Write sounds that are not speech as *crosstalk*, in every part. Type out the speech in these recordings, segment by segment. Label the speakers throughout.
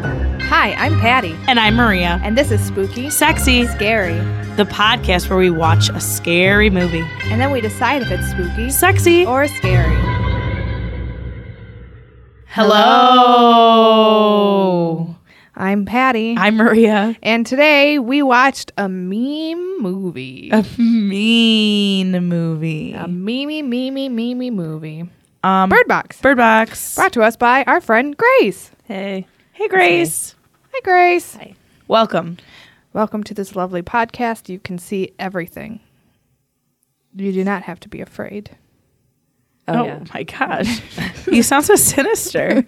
Speaker 1: Hi, I'm Patty,
Speaker 2: And I'm Maria.
Speaker 1: and this is Spooky,
Speaker 2: Sexy,
Speaker 1: Scary,
Speaker 2: the podcast where we watch a scary movie.
Speaker 1: and then we decide if it's spooky
Speaker 2: Sexy.
Speaker 1: or scary.
Speaker 2: Hello.
Speaker 1: I'm Patty,
Speaker 2: I'm Maria.
Speaker 1: and today we watched a meme movie.
Speaker 2: A mean movie.
Speaker 1: A memey, memey, memey movie.
Speaker 2: Um,
Speaker 1: Bird Box.
Speaker 2: Bird Box.
Speaker 1: Brought to us by our friend Grace.
Speaker 2: Hey. Hey, Grace.
Speaker 1: Hi, Grace.
Speaker 2: Welcome.
Speaker 1: Welcome to this lovely podcast. You can see everything. You do not have to be afraid.
Speaker 3: Oh, yeah.
Speaker 2: my *laughs* gosh. you sound so sinister.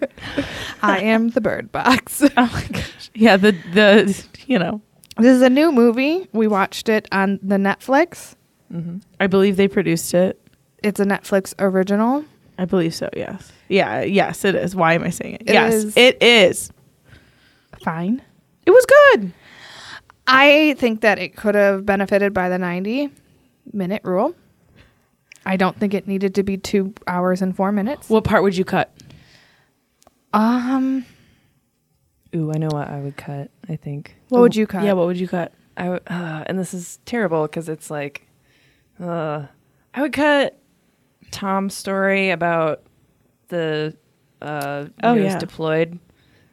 Speaker 1: I am the Bird Box.
Speaker 2: *laughs*
Speaker 1: *laughs*
Speaker 2: oh my gosh. Yeah, the the you know,
Speaker 1: This is a new movie. We watched it on the Netflix.
Speaker 2: I believe they produced it.
Speaker 1: It's a Netflix original.
Speaker 2: I believe so, yes. Yeah, yes, it is. Why am I saying it?
Speaker 1: It
Speaker 2: yes,
Speaker 1: is.
Speaker 2: it is.
Speaker 1: Fine.
Speaker 2: It was good.
Speaker 1: I think that it could have benefited by the 90 minute rule. I don't think it needed to be 2 hours and 4 minutes.
Speaker 2: What part would you cut?
Speaker 1: Um
Speaker 3: Ooh, I know what I would cut. I think.
Speaker 1: what would you cut?
Speaker 2: Yeah, what would you cut?
Speaker 3: I w- uh, and this is terrible because it's like, uh, I would cut Tom's story about the uh,
Speaker 2: Oh,
Speaker 3: he was
Speaker 2: yeah.
Speaker 3: deployed.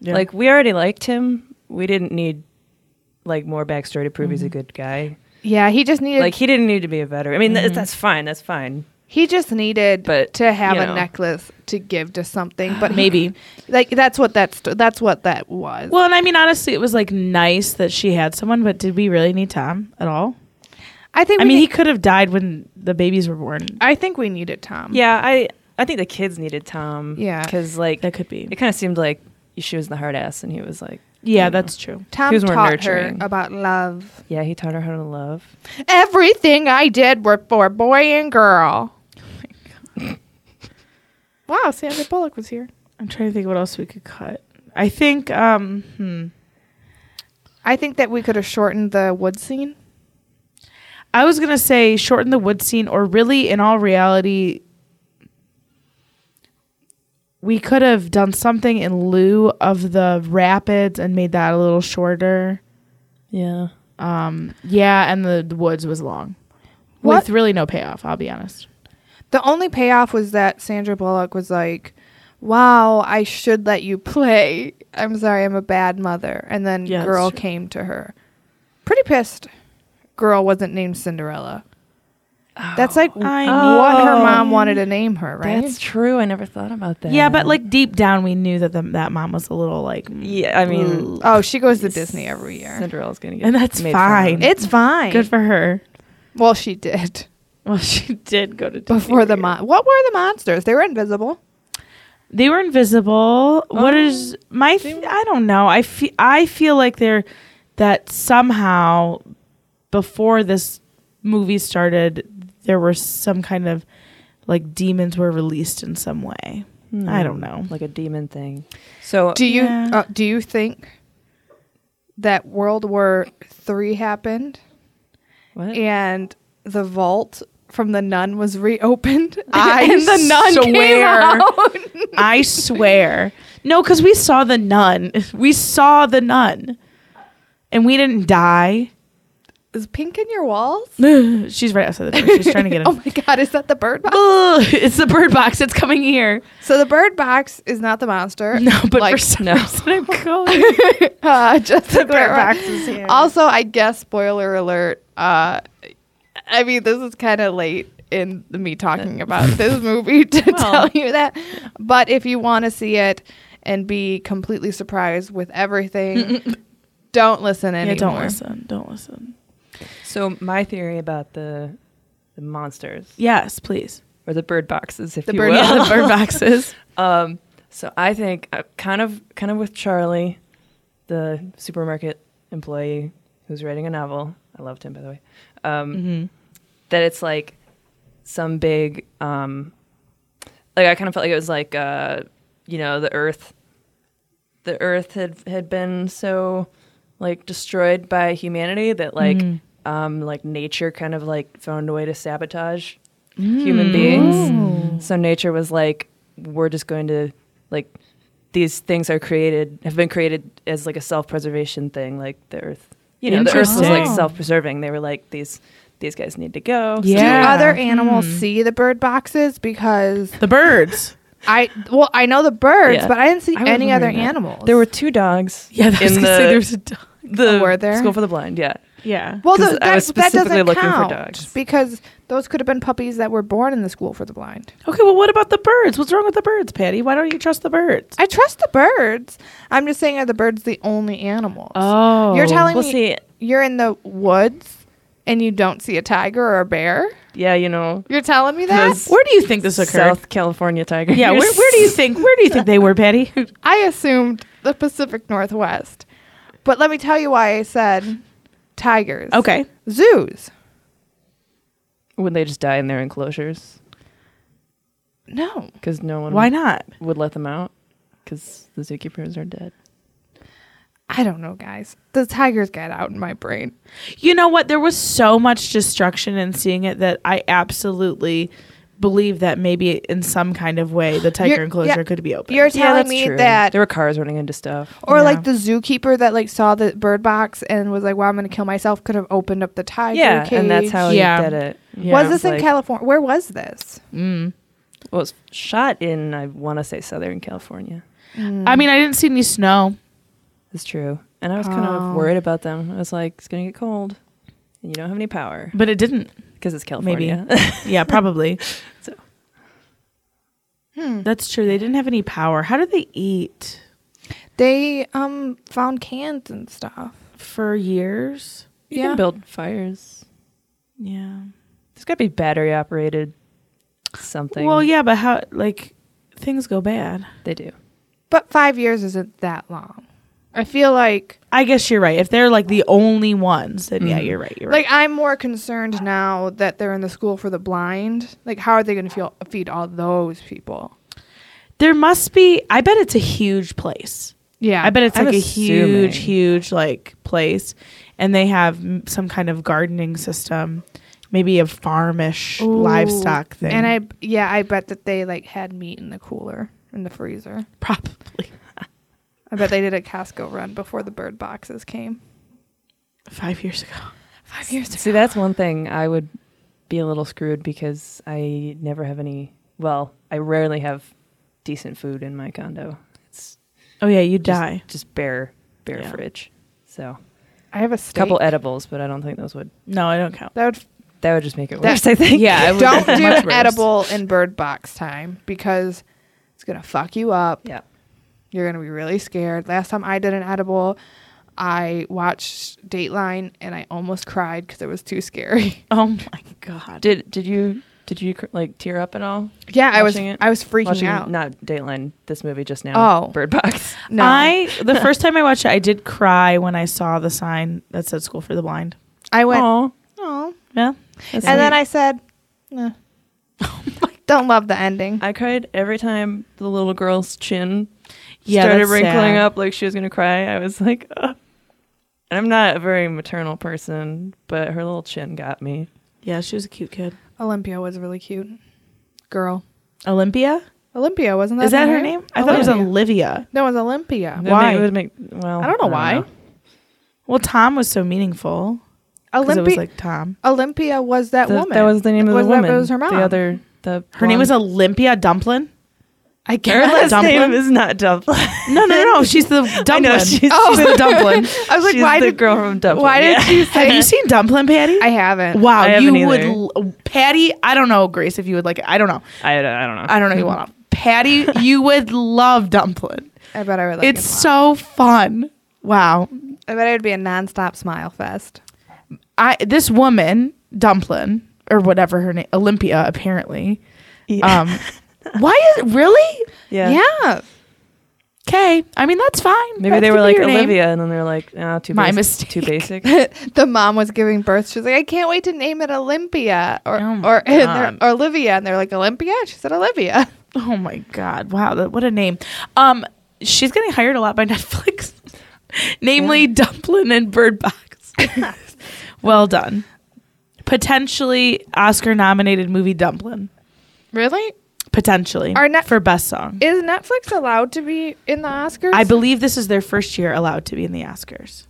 Speaker 2: Yeah.
Speaker 3: Like we already liked him. We didn't need like more backstory to prove he's
Speaker 2: Mm-hmm.
Speaker 3: a good guy.
Speaker 1: yeah, he just needed
Speaker 3: Like he didn't need to be a veteran. I mean,
Speaker 2: Mm-hmm.
Speaker 3: th- that's fine. That's fine.
Speaker 1: he just needed
Speaker 3: But,
Speaker 1: to have
Speaker 3: you
Speaker 1: a
Speaker 3: know.
Speaker 1: necklace to give to something, but he-
Speaker 2: maybe.
Speaker 1: like that's what that's that's what that was.
Speaker 2: Well, and I mean, honestly, it was like nice that she had someone, but did we really need Tom at all?
Speaker 1: I think
Speaker 2: I
Speaker 1: we
Speaker 2: mean, he
Speaker 1: need-
Speaker 2: could have died when the babies were born.
Speaker 1: I think we needed Tom.
Speaker 3: Yeah, I I think the kids needed Tom.
Speaker 1: Yeah.
Speaker 3: because like
Speaker 2: That could be.
Speaker 3: it kind of seemed like she was the hard ass, and he was like,
Speaker 2: Yeah,
Speaker 3: you know.
Speaker 2: that's true.
Speaker 1: Tom
Speaker 3: He was more
Speaker 1: taught
Speaker 3: nurturing.
Speaker 1: her about love.
Speaker 3: Yeah, he taught her how to love.
Speaker 1: Everything I did were for boy and girl. wow, Sandra Bullock was here.
Speaker 2: I'm trying to think what else we could cut. I think, um, hmm.
Speaker 1: I think that we could have shortened the wood scene.
Speaker 2: I was going to say shorten the wood scene, or really, in all reality, we could have done something in lieu of the rapids and made that a little shorter.
Speaker 3: Yeah.
Speaker 2: Um, yeah, and the, the woods was long.
Speaker 1: What-
Speaker 2: With really no payoff, I'll be honest.
Speaker 1: The only payoff was that Sandra Bullock was like, "Wow, I should let you play. I'm sorry, I'm a bad mother." And then
Speaker 2: Yeah, that's
Speaker 1: girl
Speaker 2: true.
Speaker 1: came to her, pretty pissed. Girl wasn't named Cinderella.
Speaker 3: Oh,
Speaker 1: That's like
Speaker 2: I
Speaker 1: what her
Speaker 2: know.
Speaker 1: mom wanted to name her, right?
Speaker 3: That's true. I never thought about that.
Speaker 2: Yeah, but like deep down, we knew that the, that mom was a little like, mm,
Speaker 3: yeah, I mean,
Speaker 1: oh, she goes to Disney every year.
Speaker 3: Cinderella's gonna get,
Speaker 2: and that's
Speaker 3: made
Speaker 2: fine.
Speaker 3: fun of.
Speaker 1: It's fine.
Speaker 2: Good for her.
Speaker 1: well, she did
Speaker 2: *laughs* Well, she did go to Disney
Speaker 1: before the
Speaker 2: World.
Speaker 1: mon. What were the monsters? They were invisible.
Speaker 2: They were invisible. what is my? f- I don't know. I feel. I feel like they're that somehow before this movie started, there were some kind of like demons were released in some way. I don't know.
Speaker 3: Hmm. like a demon thing. So
Speaker 1: Do you
Speaker 2: Yeah.
Speaker 1: uh, do you think that World War Three happened?
Speaker 3: what?
Speaker 1: and the vault from the nun was reopened. *laughs* I
Speaker 2: And the nun came
Speaker 1: out.
Speaker 2: *laughs* I swear. No, because we saw the nun. We saw the nun, and we didn't die.
Speaker 1: *laughs* is pink in your walls?
Speaker 2: *laughs* She's right outside the door. She's trying
Speaker 1: *laughs*
Speaker 2: to get in.
Speaker 1: Oh my god, is that the bird box?
Speaker 2: Ugh, *laughs* it's the bird box. It's coming here.
Speaker 1: So the bird box is not the *laughs* monster.
Speaker 2: No, but
Speaker 1: Like,
Speaker 2: for some
Speaker 3: no.
Speaker 2: reason *laughs* I'm going.
Speaker 1: *laughs* uh, just the, bird box.
Speaker 2: is here.
Speaker 1: Also, I guess spoiler alert. Uh, I mean, this is kind of late in me *laughs* talking about this movie to tell you that, but if you want to see it and be completely surprised with *laughs* everything, don't listen
Speaker 2: Yeah,
Speaker 1: anymore.
Speaker 2: don't listen. Don't listen.
Speaker 3: so my theory about the the monsters
Speaker 2: Yes, please.
Speaker 3: or the bird boxes, if
Speaker 1: The
Speaker 3: you
Speaker 1: bird-
Speaker 3: *laughs* will.
Speaker 2: Yeah,
Speaker 1: *laughs*
Speaker 2: the bird boxes.
Speaker 3: Um, so I think uh, kind of kind of with Charlie, the supermarket employee who's writing a novel. I loved him by the way. Um, That it's like some big um, like I kind of felt like it was like uh, you know the Earth. The Earth had had been so like destroyed by humanity that like um, like nature kind of like found a way to sabotage
Speaker 2: Mm.
Speaker 3: human beings. So nature was like, we're just going to like these things are created have been created as like a self-preservation thing, like the Earth. You know, the Earth was like
Speaker 2: Interesting.
Speaker 3: self-preserving. They were like these these guys need to go.
Speaker 2: Yeah.
Speaker 1: Do other animals see the bird boxes? Because
Speaker 2: The birds.
Speaker 1: I well, I know the birds,
Speaker 3: Yeah.
Speaker 1: but I didn't see
Speaker 3: I was
Speaker 1: any other
Speaker 3: wondering that.
Speaker 1: animals.
Speaker 3: There were two dogs.
Speaker 2: Yeah,
Speaker 3: in the
Speaker 2: a dog.
Speaker 3: the
Speaker 1: Oh, were there?
Speaker 3: school for the blind. Yeah,
Speaker 2: Yeah.
Speaker 1: well,
Speaker 3: 'cause
Speaker 1: th-
Speaker 3: I
Speaker 1: that,
Speaker 3: was
Speaker 1: that
Speaker 3: specifically
Speaker 1: doesn't
Speaker 3: looking for
Speaker 1: count
Speaker 3: dogs.
Speaker 1: because those could have been puppies that were born in the school for the blind.
Speaker 2: Okay, well, what about the birds? What's wrong with the birds, Patty? Why don't you trust the birds?
Speaker 1: I trust the birds. I'm just saying, are the birds the only animals?
Speaker 2: Oh,
Speaker 1: you're telling
Speaker 3: we'll
Speaker 1: me
Speaker 3: see.
Speaker 1: you're in the woods and you don't see a tiger or a bear?
Speaker 3: Yeah, you know,
Speaker 1: You're telling me that?
Speaker 3: Those-
Speaker 2: Where do you think this occurred?
Speaker 3: South California tiger.
Speaker 2: Yeah, where, where do you think where do you think they were, Patty?
Speaker 1: I assumed the Pacific Northwest. But let me tell you why I said tigers.
Speaker 2: Okay.
Speaker 1: Zoos.
Speaker 3: Would they just die in their enclosures?
Speaker 1: No.
Speaker 3: Because no one
Speaker 2: Why not?
Speaker 3: would let them out. Because the zookeepers are dead.
Speaker 1: I don't know, guys. The tigers got out in my brain.
Speaker 2: You know what? There was so much destruction in seeing it that I absolutely believe that maybe in some kind of way the tiger
Speaker 1: You're-
Speaker 2: enclosure
Speaker 1: yeah.
Speaker 2: could be open.
Speaker 1: You're telling me that.
Speaker 3: there were cars running into stuff.
Speaker 1: Or
Speaker 2: Yeah.
Speaker 1: like the zookeeper that like saw the bird box and was like, "Well, I'm gonna kill myself." Could have opened up the tiger
Speaker 3: yeah,
Speaker 1: cage.
Speaker 3: and that's how he
Speaker 2: Yeah.
Speaker 3: did it. Yeah.
Speaker 1: was this in
Speaker 3: Like,
Speaker 1: California? Where was this?
Speaker 2: Mm.
Speaker 3: Well, it was shot in I want to say Southern California. Mm.
Speaker 2: I mean, I didn't see any snow.
Speaker 3: It's true, and I was kind
Speaker 1: Oh.
Speaker 3: of worried about them. I was like, it's gonna get cold, and you don't have any power
Speaker 2: But it didn't.
Speaker 3: because it's
Speaker 2: Maybe.
Speaker 3: California. *laughs*
Speaker 2: *laughs* yeah, probably.
Speaker 3: So.
Speaker 1: Hmm.
Speaker 2: That's true. They didn't have any power. How did they eat
Speaker 1: They um found cans and stuff.
Speaker 2: for years?
Speaker 3: you
Speaker 1: Yeah.
Speaker 3: can build fires.
Speaker 2: Yeah.
Speaker 3: There's gotta be battery operated something.
Speaker 2: Well, yeah, but how like things go bad.
Speaker 3: they do.
Speaker 1: But five years isn't that long. I feel like
Speaker 2: I guess you're right. If they're like the only ones, then yeah, you're right. You're right.
Speaker 1: like I'm more concerned now that they're in the school for the blind. Like, how are they going to feel feed all those people?
Speaker 2: There must be. I bet it's a huge place.
Speaker 1: Yeah,
Speaker 2: I bet it's
Speaker 3: I'm
Speaker 2: like a
Speaker 3: assuming.
Speaker 2: huge, huge like place, and they have m- some kind of gardening system, maybe a farmish
Speaker 1: Ooh.
Speaker 2: livestock thing.
Speaker 1: And I yeah, I bet that they like had meat in the cooler in the freezer.
Speaker 2: probably
Speaker 1: I bet they did a Costco run before the bird boxes came.
Speaker 2: *laughs* five years ago.
Speaker 1: Five years
Speaker 3: See, that's one thing I would be a little screwed because I never have any. Well, I rarely have decent food in my condo. It's
Speaker 2: Oh yeah, you
Speaker 3: just,
Speaker 2: die.
Speaker 3: Just bare, bare
Speaker 2: Yeah.
Speaker 3: fridge. So
Speaker 1: I have a
Speaker 3: a
Speaker 1: steak.
Speaker 3: couple edibles, but I don't think those would.
Speaker 2: No, I don't
Speaker 1: *laughs*
Speaker 2: count.
Speaker 1: that would
Speaker 3: That would just make it
Speaker 1: That-
Speaker 3: worse. I think. *laughs*
Speaker 2: Yeah, it would
Speaker 1: don't
Speaker 2: be
Speaker 1: do
Speaker 2: much
Speaker 1: an
Speaker 2: worse.
Speaker 1: edible in bird box time because it's gonna fuck you up.
Speaker 3: Yeah.
Speaker 1: You're gonna be really scared. Last time I did an edible, I watched Dateline and I almost cried because it was too scary. *laughs*
Speaker 2: Oh my god.
Speaker 3: Did Did you Did you cr- like tear up at all?
Speaker 1: Yeah, I was
Speaker 3: Watching it?
Speaker 1: I was freaking
Speaker 3: Watching
Speaker 1: out.
Speaker 3: not Dateline, this movie just now.
Speaker 1: Oh.
Speaker 3: Bird *laughs* Box.
Speaker 1: no, I,
Speaker 2: I the first time I watched it, I did cry when I saw the sign that said "School for the Blind."
Speaker 1: went
Speaker 3: Aw,
Speaker 1: oh,
Speaker 2: Yeah,
Speaker 3: that's
Speaker 1: and then
Speaker 3: sweet.
Speaker 1: I said, *laughs* eh. *laughs* don't love the ending.
Speaker 3: I cried every time the little girl's chin
Speaker 2: Yeah,
Speaker 3: started
Speaker 2: that's
Speaker 3: wrinkling
Speaker 2: sad.
Speaker 3: up like she was gonna cry. I was like, Ugh. and I'm not a very maternal person, but her little chin got me.
Speaker 2: yeah, she was a cute kid.
Speaker 1: Olympia was really cute girl.
Speaker 2: Olympia
Speaker 1: Olympia wasn't that Oh,
Speaker 2: is that her name? I thought it was Olivia.
Speaker 1: No, it was Olympia.
Speaker 3: It
Speaker 2: Why?
Speaker 3: ma- It would make well.
Speaker 1: I don't know why.
Speaker 2: Well, Tom was so meaningful because
Speaker 1: Olympi-
Speaker 2: it was like Tom.
Speaker 1: Olympia was that
Speaker 3: That,
Speaker 1: woman.
Speaker 3: that was the name of
Speaker 1: Was
Speaker 3: the
Speaker 1: that-
Speaker 3: woman.
Speaker 1: was her mom.
Speaker 3: The other. The
Speaker 2: Her name
Speaker 3: blonde-
Speaker 2: was Olympia Dumplin. I
Speaker 3: *laughs* Her
Speaker 2: can't
Speaker 3: last
Speaker 2: Dumplin.
Speaker 3: name is not Dublin.
Speaker 2: no, no, *laughs* no, no. She's the Dumplin. Oh,
Speaker 3: she's-
Speaker 2: she's the *laughs* Dumplin.
Speaker 1: I was like,
Speaker 3: She's
Speaker 1: why
Speaker 3: the
Speaker 1: did
Speaker 3: girl from Dublin?
Speaker 1: why did
Speaker 3: yeah.
Speaker 1: she say?
Speaker 2: Have you seen Dumplin, Patty?
Speaker 1: I haven't.
Speaker 2: wow,
Speaker 3: I haven't
Speaker 2: you would,
Speaker 3: either.
Speaker 2: l- Patty. I don't know, Grace, if you would like it. I don't know.
Speaker 3: *laughs* I, don't- I don't know.
Speaker 2: I don't know. if You *laughs* want to, Patty? You would love Dumplin.
Speaker 1: I bet I would. Like
Speaker 2: it's
Speaker 1: it a lot.
Speaker 2: so fun. Wow.
Speaker 1: I bet it would be a nonstop smile fest.
Speaker 2: I this woman Dumplin or whatever her name Olympia apparently.
Speaker 3: Yeah.
Speaker 2: Um, why is really?
Speaker 3: Uh, yeah.
Speaker 1: yeah. *laughs*
Speaker 2: Okay, I mean that's fine.
Speaker 3: Maybe
Speaker 2: That
Speaker 3: they
Speaker 2: could
Speaker 3: were
Speaker 2: be
Speaker 3: like
Speaker 2: your name.
Speaker 3: Olivia, and then they're like, oh, too
Speaker 2: My
Speaker 3: basic.
Speaker 2: mistake.
Speaker 3: Too basic.
Speaker 1: the mom was giving birth. She was like, I can't wait to name it Olympia or
Speaker 2: Oh my
Speaker 1: or, *laughs* and
Speaker 2: God.
Speaker 1: they're- Olivia. And they're like, Olympia? She said, Olivia. *laughs*
Speaker 2: Oh my god! Wow, that, what a name. Um, she's getting hired a lot by *laughs* Netflix, namely Dumplin and Bird Box. well done. Potentially Oscar-nominated movie Dumplin.
Speaker 1: Really?
Speaker 2: potentially
Speaker 1: Our net-
Speaker 2: for best song.
Speaker 1: Is Netflix allowed to be in the Oscars?
Speaker 2: I believe this is their first year allowed to be in the Oscars.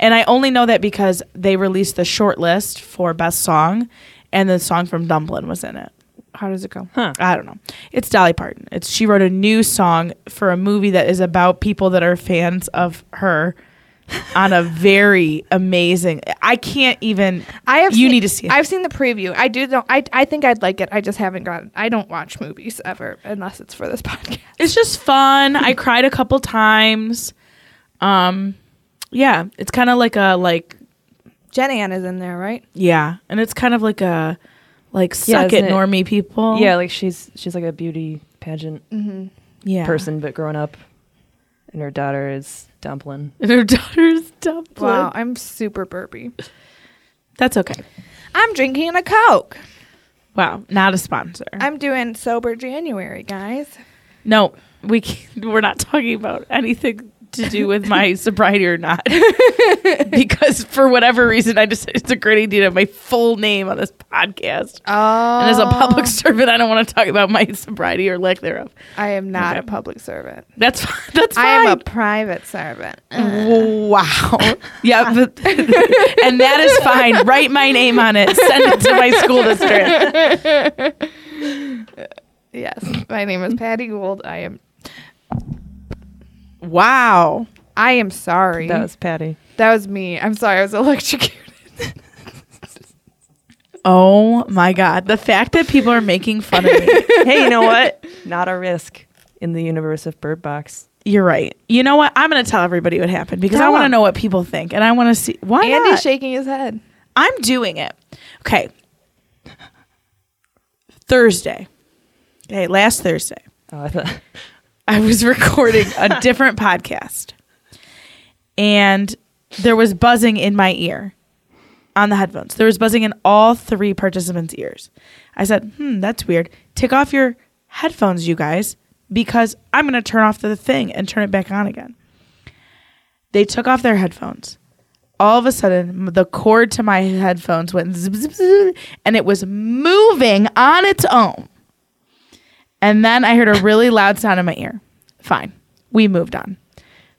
Speaker 2: And I only know that because they released the short list for best song and the song from Dublin was in it.
Speaker 1: How does it go?
Speaker 3: Huh.
Speaker 2: I don't know. It's Dolly Parton. It's she wrote a new song for a movie that is about people that are fans of her on a very amazing I can't even
Speaker 1: I have.
Speaker 2: you
Speaker 1: seen-
Speaker 2: need to see it.
Speaker 1: I've seen the preview. I do. Know, I I think I'd like it. I just haven't gotten. I don't watch movies ever unless it's for this *laughs* podcast.
Speaker 2: it's just fun. I cried a couple times. Um yeah, it's kind of like a like
Speaker 1: Jen Ann is in there, right?
Speaker 2: Yeah, and it's kind of like a like
Speaker 3: Yeah,
Speaker 2: suck
Speaker 3: isn't
Speaker 2: it,
Speaker 3: it-
Speaker 2: normie people.
Speaker 3: Yeah, like she's she's like a beauty pageant
Speaker 1: Mm-hmm.
Speaker 2: yeah. *laughs*
Speaker 3: person, but growing up, and her daughter is Dumplin.
Speaker 2: And her daughter's Dublin.
Speaker 1: Wow, I'm super burpy.
Speaker 2: That's okay.
Speaker 1: I'm drinking a Coke.
Speaker 2: Wow, not a sponsor.
Speaker 1: I'm doing sober January, guys.
Speaker 2: no, we can't, *laughs* we're not talking about anything to do with my sobriety or not, *laughs* because for whatever reason, I decided it's a great idea to have my full name on this podcast.
Speaker 1: Oh,
Speaker 2: And as a public servant, I don't want to talk about my *laughs* sobriety or lack thereof.
Speaker 1: *laughs* I am not a
Speaker 2: Okay.
Speaker 1: public servant.
Speaker 2: That's *laughs* fi- that's fine.
Speaker 1: I am a private servant.
Speaker 2: Wow. *laughs* Yeah. but- and that is *laughs* fine. Write my name on it. Send it to my school district.
Speaker 1: Yes, *laughs* my name is Patty Gould. I am.
Speaker 2: Wow.
Speaker 1: I am sorry.
Speaker 3: That was Patty.
Speaker 1: That was me. I'm sorry. I was *laughs* electrocuted.
Speaker 2: Oh my God. The fact that people are making fun of *laughs* me.
Speaker 3: hey, you know what? Not a risk in the universe of Bird Box.
Speaker 2: You're right. You know what? I'm going to tell everybody what happened because I
Speaker 1: Tell
Speaker 2: want to
Speaker 1: 'em.
Speaker 2: know what people think and I want to see. Why
Speaker 1: Andy's
Speaker 2: not?
Speaker 1: shaking his head.
Speaker 2: I'm doing it. Okay. Thursday. Okay. Last Thursday.
Speaker 3: Oh, I thought *laughs*
Speaker 2: I was recording a different podcast and there was buzzing in my ear on the headphones. There was buzzing in all three participants' ears. I said, hmm, that's weird. Take off your headphones, you guys, because I'm going to turn off the thing and turn it back on again. They took off their headphones. All of a sudden, m- the cord to my headphones went zip, zip, zip, and it was moving on its own. And then I heard a really loud sound in my ear. Fine. We moved on.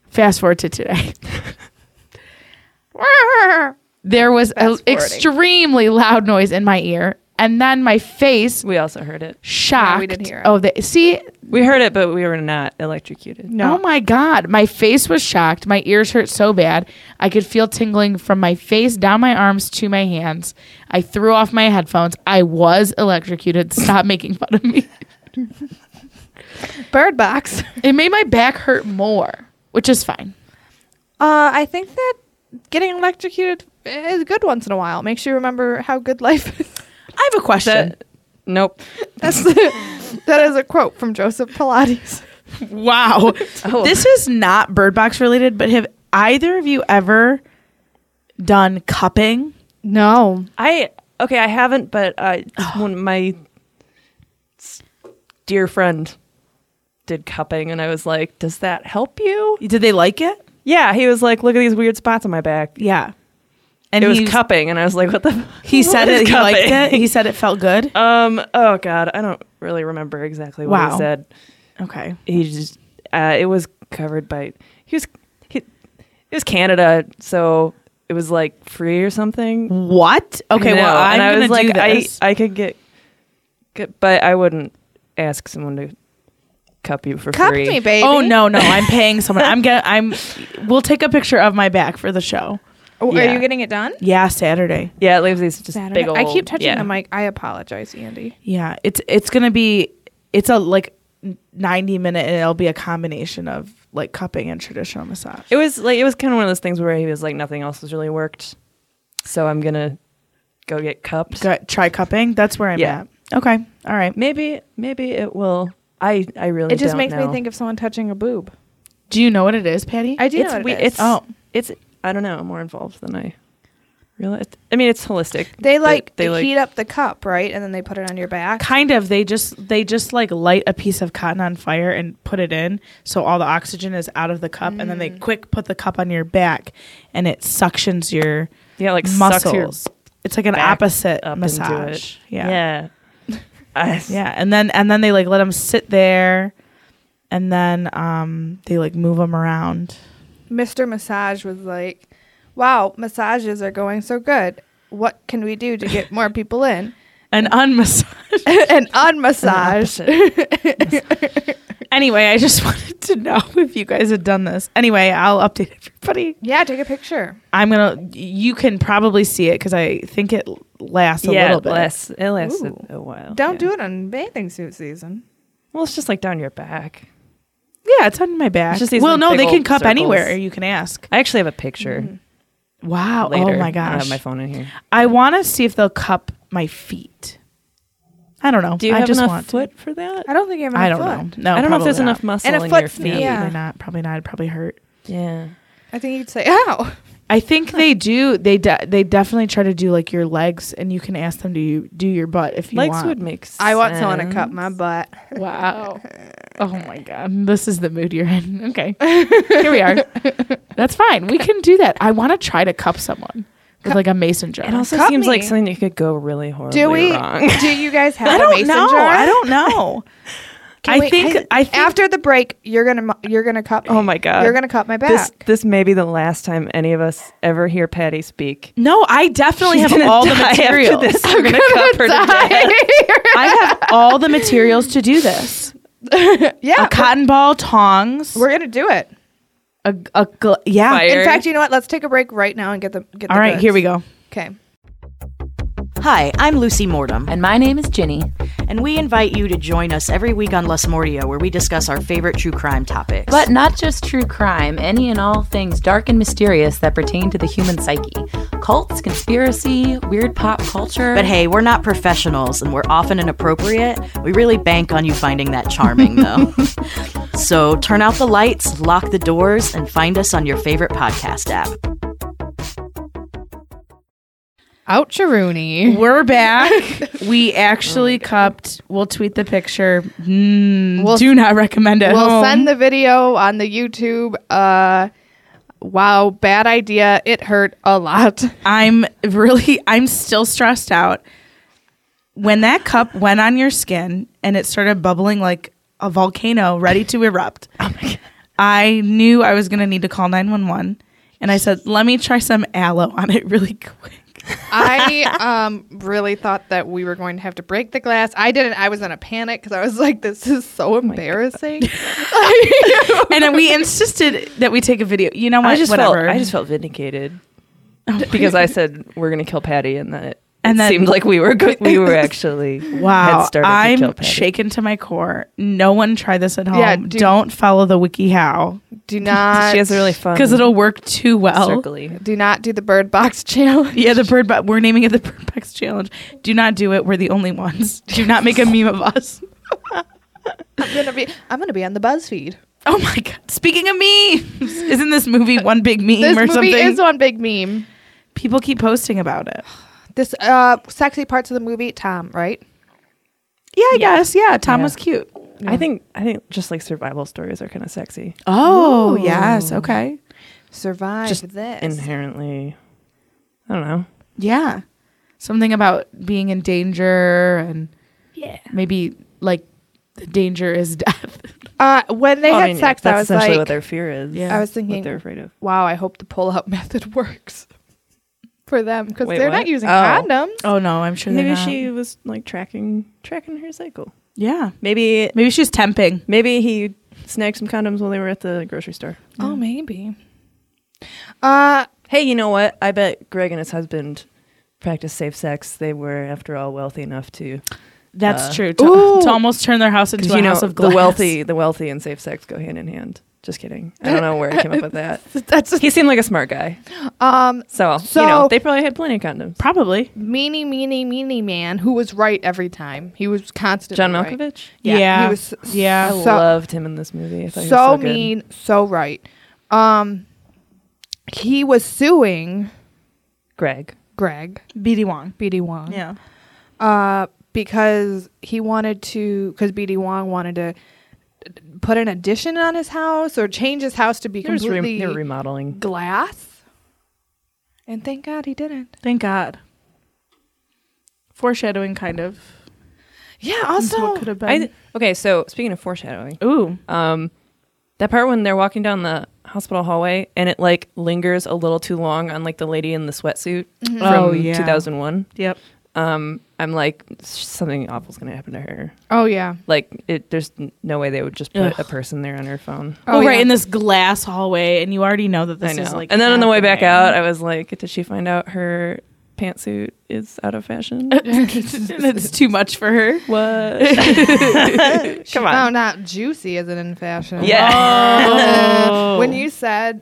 Speaker 2: Fast forward to today. *laughs* there was an
Speaker 1: Fast-forwarding.
Speaker 2: extremely loud noise in my ear. And then my face
Speaker 3: we also heard it.
Speaker 2: shocked.
Speaker 1: No, we didn't hear it.
Speaker 2: Oh, they, see,
Speaker 3: We heard it, but we were not electrocuted.
Speaker 2: Oh my God. My face was shocked. My ears hurt so bad. I could feel tingling from my face down my arms to my hands. I threw off my headphones. I was electrocuted. *laughs* Stop making fun of me.
Speaker 1: Bird *laughs* box.
Speaker 2: It made my back hurt more, which is fine.
Speaker 1: Uh, I think that getting electrocuted is good once in a while. Makes you remember how good life *laughs* is.
Speaker 2: I have a question.
Speaker 3: That, nope.
Speaker 1: That's the, *laughs* that is a quote from Joseph Pilates.
Speaker 2: wow. *laughs*
Speaker 3: Oh.
Speaker 2: This is not bird box related, but have either of you ever done cupping?
Speaker 1: No.
Speaker 3: I okay. I haven't, but uh,
Speaker 2: *sighs*
Speaker 3: when my s- dear friend did cupping, and I was like, "Does that help you?"
Speaker 2: Did they like it?
Speaker 3: Yeah, he was like, "Look at these weird spots on my back."
Speaker 2: Yeah. And
Speaker 3: It was
Speaker 2: he-
Speaker 3: cupping, and I was like, "What the?"
Speaker 2: *laughs* He said
Speaker 3: What
Speaker 2: it.
Speaker 3: is
Speaker 2: He liked *laughs*
Speaker 3: cupping?
Speaker 2: it. He said it felt good.
Speaker 3: *laughs* Um. Oh God, I don't really remember exactly what
Speaker 2: Wow.
Speaker 3: he said.
Speaker 2: Okay.
Speaker 3: He just. Uh, it was covered by. He was. He, it was Canada, so it was like free or something.
Speaker 2: What? Okay.
Speaker 3: I
Speaker 2: Well,
Speaker 3: know,
Speaker 2: I'm
Speaker 3: and I was
Speaker 2: gonna
Speaker 3: like,
Speaker 2: do
Speaker 3: I
Speaker 2: this.
Speaker 3: I could get, get, but I wouldn't ask someone to cup you for
Speaker 1: Cup
Speaker 3: free.
Speaker 1: me, baby.
Speaker 2: oh no, no, I'm paying someone. I'm gonna. I'm. We'll take a picture of my back for the show.
Speaker 1: Oh, Are
Speaker 3: Yeah.
Speaker 1: you getting it done?
Speaker 2: Yeah, Saturday.
Speaker 3: Yeah, it leaves these just
Speaker 1: Saturday.
Speaker 3: big old.
Speaker 1: I keep touching
Speaker 3: yeah.
Speaker 1: the mic. I apologize, Andy.
Speaker 2: Yeah, it's it's gonna be. It's a like 90 minute, and it'll be a combination of like cupping and traditional massage.
Speaker 3: It was like it was kind of one of those things where he was like nothing else has really worked, so I'm gonna go get cupped.
Speaker 2: Go- try cupping. That's where I'm
Speaker 3: Yeah.
Speaker 2: at. Okay. All right.
Speaker 3: Maybe maybe it will. I I really
Speaker 1: It just
Speaker 3: don't
Speaker 1: makes
Speaker 3: know.
Speaker 1: me think of someone touching a boob.
Speaker 2: Do you know what it is, Patty?
Speaker 1: I do
Speaker 3: it's
Speaker 1: know what
Speaker 3: we-
Speaker 1: it is.
Speaker 3: it's
Speaker 2: Oh.
Speaker 3: it's I don't know more involved than I realized. I mean, it's holistic.
Speaker 1: they like
Speaker 3: they, like
Speaker 1: heat up the cup, right? And then they put it on your back.
Speaker 2: kind of they just they just like light a piece of cotton on fire and put it in so all the oxygen is out of the cup and then they quick put the cup on your back and it suctions your
Speaker 3: yeah like sucks your
Speaker 2: muscles it's like an
Speaker 3: back
Speaker 2: opposite
Speaker 3: up into
Speaker 2: massage
Speaker 3: it.
Speaker 2: yeah.
Speaker 3: yeah. I-
Speaker 2: Yeah, and then and then they like let him sit there, and then um they like move him around.
Speaker 1: Mr. Massage was like, "Wow, massages are going so good. What can we do to get more people *laughs* in?"
Speaker 2: An unmassage.
Speaker 3: *laughs*
Speaker 1: and on massage. *laughs*
Speaker 2: anyway, I just *laughs* wanted to know if you guys had done this. Anyway, I'll update everybody.
Speaker 1: yeah, take a picture.
Speaker 2: I'm gonna. You can probably see it because I think it lasts a
Speaker 3: yeah,
Speaker 2: little
Speaker 3: it
Speaker 2: bit.
Speaker 3: lasts- it lasted
Speaker 1: Ooh.
Speaker 3: a while.
Speaker 1: Don't
Speaker 3: yeah.
Speaker 1: do it on bathing suit season.
Speaker 3: Well, it's just like down your back.
Speaker 2: Yeah, it's on my back.
Speaker 3: It's just these,
Speaker 2: well,
Speaker 3: like,
Speaker 2: no,
Speaker 3: big
Speaker 2: they
Speaker 3: old
Speaker 2: can cup
Speaker 3: circles.
Speaker 2: anywhere. You can ask.
Speaker 3: I actually have a picture
Speaker 1: Mm-hmm.
Speaker 2: Wow.
Speaker 3: later.
Speaker 2: oh my
Speaker 3: I
Speaker 2: gosh.
Speaker 3: have my phone in here.
Speaker 2: I want to see if they'll cup my feet. I don't know.
Speaker 3: Do you
Speaker 2: I
Speaker 3: have
Speaker 2: just
Speaker 3: enough
Speaker 2: want to.
Speaker 3: foot for that?
Speaker 1: I don't think you have enough
Speaker 2: I don't
Speaker 1: foot.
Speaker 2: know. No,
Speaker 3: I don't know if there's
Speaker 2: probably
Speaker 3: enough muscle
Speaker 1: And a
Speaker 3: in your
Speaker 1: foot's-
Speaker 2: not. Yeah,
Speaker 3: feet.
Speaker 1: Yeah.
Speaker 2: probably not. Probably not. It'd probably hurt.
Speaker 3: yeah.
Speaker 1: I think you'd say, "Ow."
Speaker 2: I think they do. They de- they definitely try to do like your legs, and you can ask them to you- do your butt if you
Speaker 3: Legs
Speaker 2: want.
Speaker 3: would make sense.
Speaker 1: I want someone to cup my butt.
Speaker 2: *laughs* Wow. Oh my god. This is the mood you're in. *laughs* Okay. Here we are. That's fine. We can do that. I want to try to cup someone with like a mason jar.
Speaker 3: It also
Speaker 1: Cup
Speaker 3: seems like
Speaker 1: me.
Speaker 3: something that could go really horribly
Speaker 1: Do we?
Speaker 3: wrong. *laughs*
Speaker 1: Do you guys *laughs* have?
Speaker 2: I
Speaker 1: a
Speaker 2: don't
Speaker 1: mason
Speaker 2: know.
Speaker 1: jar?
Speaker 2: I don't *laughs* know.
Speaker 1: Can
Speaker 2: I
Speaker 1: we-
Speaker 2: think I think
Speaker 1: After the break, you're gonna mu- you're gonna cup. me.
Speaker 3: Oh my god.
Speaker 1: You're gonna cut my back.
Speaker 3: This this may be the last time any of us ever hear Patty speak.
Speaker 2: no, I definitely
Speaker 3: She's
Speaker 2: have
Speaker 3: *laughs* gonna
Speaker 2: all the
Speaker 3: die after
Speaker 2: materials.
Speaker 3: this.
Speaker 2: *laughs*
Speaker 3: We're gonna cup her to death.
Speaker 2: I have all the materials to do this.
Speaker 1: yeah,
Speaker 2: A cotton ball, tongs,
Speaker 1: we're gonna do it.
Speaker 2: a, a gl- yeah.
Speaker 3: Fire.
Speaker 1: In fact, you know what? Let's take a break right now and get the get.
Speaker 2: All right, here we go.
Speaker 1: Okay.
Speaker 4: Hi, I'm Lucy Mortem,
Speaker 5: And my name is Ginny.
Speaker 4: and we invite you to join us every week on Les Mordia, where we discuss our favorite true crime topics.
Speaker 5: But not just true crime, any and all things dark and mysterious that pertain to the human psyche cults, conspiracy, weird pop culture.
Speaker 4: but hey, we're not professionals, and we're often inappropriate. We really bank on you finding that charming, though. so turn out the lights, lock the doors, and find us on your favorite podcast app.
Speaker 1: Out Charuni.
Speaker 2: We're back. we actually cupped. We'll tweet the picture. Mm,
Speaker 1: We'll-
Speaker 2: do not recommend it.
Speaker 1: We'll send the video on the YouTube. Uh, wow, bad idea. It hurt a lot. *laughs*
Speaker 2: I'm really. I'm still stressed out. When that cup went on your skin and it started bubbling like a volcano ready to
Speaker 3: *laughs*
Speaker 2: erupt,
Speaker 3: Oh
Speaker 2: I knew I was gonna need to call nine one one. And I said, "Let me try some aloe on it really quick."
Speaker 1: I um really thought that we were going to have to break the glass. I didn't. I was in a panic because I was like, "This is so *laughs* embarrassing."
Speaker 2: and then
Speaker 3: *laughs*
Speaker 2: we insisted that we take a video. You know what?
Speaker 3: I just
Speaker 2: Whatever. Oh,
Speaker 3: felt I just felt vindicated *laughs* because I said we're gonna kill Patty, and that
Speaker 2: And
Speaker 3: it
Speaker 2: then-
Speaker 3: seemed like we were go- we
Speaker 2: *laughs*
Speaker 3: were actually
Speaker 2: Wow,
Speaker 3: had started to kill
Speaker 2: I'm
Speaker 3: Patty.
Speaker 2: shaken to my core. No one try this at home.
Speaker 1: Yeah,
Speaker 2: do,
Speaker 1: do-
Speaker 2: not follow the wiki how
Speaker 1: do not.
Speaker 3: *laughs* She has a really fun
Speaker 2: because it'll work too well.
Speaker 3: circly.
Speaker 1: do not do the bird box *laughs* challenge.
Speaker 2: Yeah, the bird. Bo- we're naming it the bird box challenge. Do not do it. We're the only ones. Do not make a meme of us.
Speaker 1: I'm gonna be. I'm gonna be on the BuzzFeed.
Speaker 2: *laughs* Oh my god! Speaking of memes, isn't this movie one big meme
Speaker 1: This
Speaker 2: or
Speaker 1: movie
Speaker 2: something?
Speaker 1: is one big meme.
Speaker 2: People keep posting about it.
Speaker 1: This uh, sexy parts of the movie, Tom. Right?
Speaker 2: Yeah, I guess. Yeah, Tom
Speaker 3: Yeah.
Speaker 2: was cute.
Speaker 3: I think I think just like survival stories are kind of sexy
Speaker 2: Oh yes. Okay.
Speaker 1: Survive
Speaker 3: Just
Speaker 1: this.
Speaker 3: inherently. I don't know.
Speaker 2: Yeah. Something about being in danger and
Speaker 3: Yeah.
Speaker 2: maybe like the danger is death.
Speaker 1: Uh, when they had sex,
Speaker 3: Oh, that's
Speaker 1: I was
Speaker 3: essentially
Speaker 1: like,
Speaker 3: what their fear is.
Speaker 2: Yeah.
Speaker 1: I was
Speaker 3: what they're
Speaker 1: thinking,
Speaker 3: afraid of.
Speaker 1: wow, I hope the pull-out *laughs* method works for them because
Speaker 3: Wait,
Speaker 1: they're
Speaker 3: what?
Speaker 1: not using
Speaker 3: Oh.
Speaker 1: condoms.
Speaker 2: Oh no, I'm sure
Speaker 3: Maybe
Speaker 2: they're not.
Speaker 3: she was like tracking tracking her cycle.
Speaker 2: Yeah.
Speaker 3: Maybe
Speaker 2: Maybe she's temping.
Speaker 3: maybe he snagged some condoms while they were at the grocery store.
Speaker 1: Oh, maybe. Uh, *laughs*
Speaker 3: Hey, you know what? I bet Greg and his husband practiced safe sex. They were, after all, wealthy enough to.
Speaker 2: That's
Speaker 3: Uh,
Speaker 2: true. To,
Speaker 1: ooh.
Speaker 2: to almost turn their house into
Speaker 3: Because
Speaker 2: a
Speaker 3: you know,
Speaker 2: house of
Speaker 3: the
Speaker 2: glass.
Speaker 3: wealthy, the wealthy and safe sex go hand in hand. Just kidding. I don't know where I came up with that.
Speaker 1: that's
Speaker 3: He seemed like a smart guy,
Speaker 1: um,
Speaker 3: so,
Speaker 1: So-
Speaker 3: you know they probably had plenty of
Speaker 2: *laughs*
Speaker 3: condoms.
Speaker 2: Probably.
Speaker 1: meanie, meanie, meanie man who was right every time. He was constantly
Speaker 3: John
Speaker 1: right.
Speaker 3: Malkovich.
Speaker 1: Yeah,
Speaker 2: Yeah.
Speaker 1: he was s-
Speaker 2: Yeah.
Speaker 3: I
Speaker 1: So-
Speaker 3: loved him in this movie. I thought he was
Speaker 1: so
Speaker 3: so good.
Speaker 1: mean, so right. Um, he was suing
Speaker 3: Greg.
Speaker 1: Greg
Speaker 2: BD Wong.
Speaker 1: BD Wong.
Speaker 2: Yeah.
Speaker 1: uh, because he wanted to, because BD Wong wanted to put an addition on his house or change his house to be
Speaker 3: They were just re-
Speaker 1: completely
Speaker 3: they were remodeling.
Speaker 1: glass. And thank God he didn't.
Speaker 2: Thank God. Foreshadowing, kind of. Yeah. Also, what could have been.
Speaker 3: I, okay, so speaking of foreshadowing,
Speaker 2: Ooh.
Speaker 3: um, that part when they're walking down the hospital hallway and it like lingers a little too long on like the lady in the sweatsuit
Speaker 1: Mm-hmm.
Speaker 3: from
Speaker 2: Oh, yeah.
Speaker 3: 2001.
Speaker 2: Yep.
Speaker 3: Um, I'm like something awful's gonna happen to her.
Speaker 1: Oh yeah.
Speaker 3: Like it, there's n- no way they would just put
Speaker 2: Ugh.
Speaker 3: a person there on her phone.
Speaker 2: Oh, right
Speaker 1: yeah.
Speaker 2: in this glass hallway, and you already know that this
Speaker 3: I know.
Speaker 2: is like.
Speaker 3: and then on the way back
Speaker 2: happening.
Speaker 3: out, I was like, did she find out her pantsuit is out
Speaker 2: *laughs*
Speaker 3: of fashion?
Speaker 2: and it's too much for
Speaker 3: *laughs*
Speaker 2: her.
Speaker 3: what? *laughs* Come on.
Speaker 1: Oh, not juicy isn't in fashion. *laughs*
Speaker 3: Yeah.
Speaker 1: when you said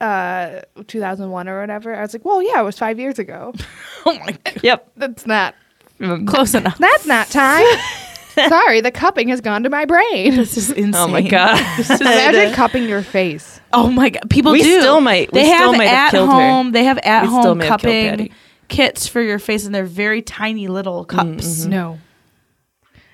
Speaker 1: uh 2001 or whatever, I was like, well, yeah, it was five years ago.
Speaker 2: *laughs*
Speaker 1: *laughs*
Speaker 2: Oh my god.
Speaker 3: yep.
Speaker 1: That's not.
Speaker 3: Um,
Speaker 2: Close
Speaker 3: *laughs*
Speaker 2: enough.
Speaker 1: That's not
Speaker 2: *laughs*
Speaker 1: time. Sorry, the cupping has gone to my brain.
Speaker 2: This is insane.
Speaker 3: Oh my
Speaker 2: *laughs*
Speaker 3: god.
Speaker 1: Imagine cupping your face.
Speaker 2: Oh my god. People
Speaker 3: We
Speaker 2: do.
Speaker 3: still might- we
Speaker 2: they
Speaker 3: still
Speaker 2: have
Speaker 3: might have
Speaker 2: at
Speaker 3: killed her.
Speaker 2: home. They have at
Speaker 3: We still
Speaker 2: home
Speaker 3: may have killed Patty.
Speaker 2: cupping kits for your face, and they're very tiny little
Speaker 3: Mm-hmm.
Speaker 2: cups.
Speaker 1: Mm-hmm. No.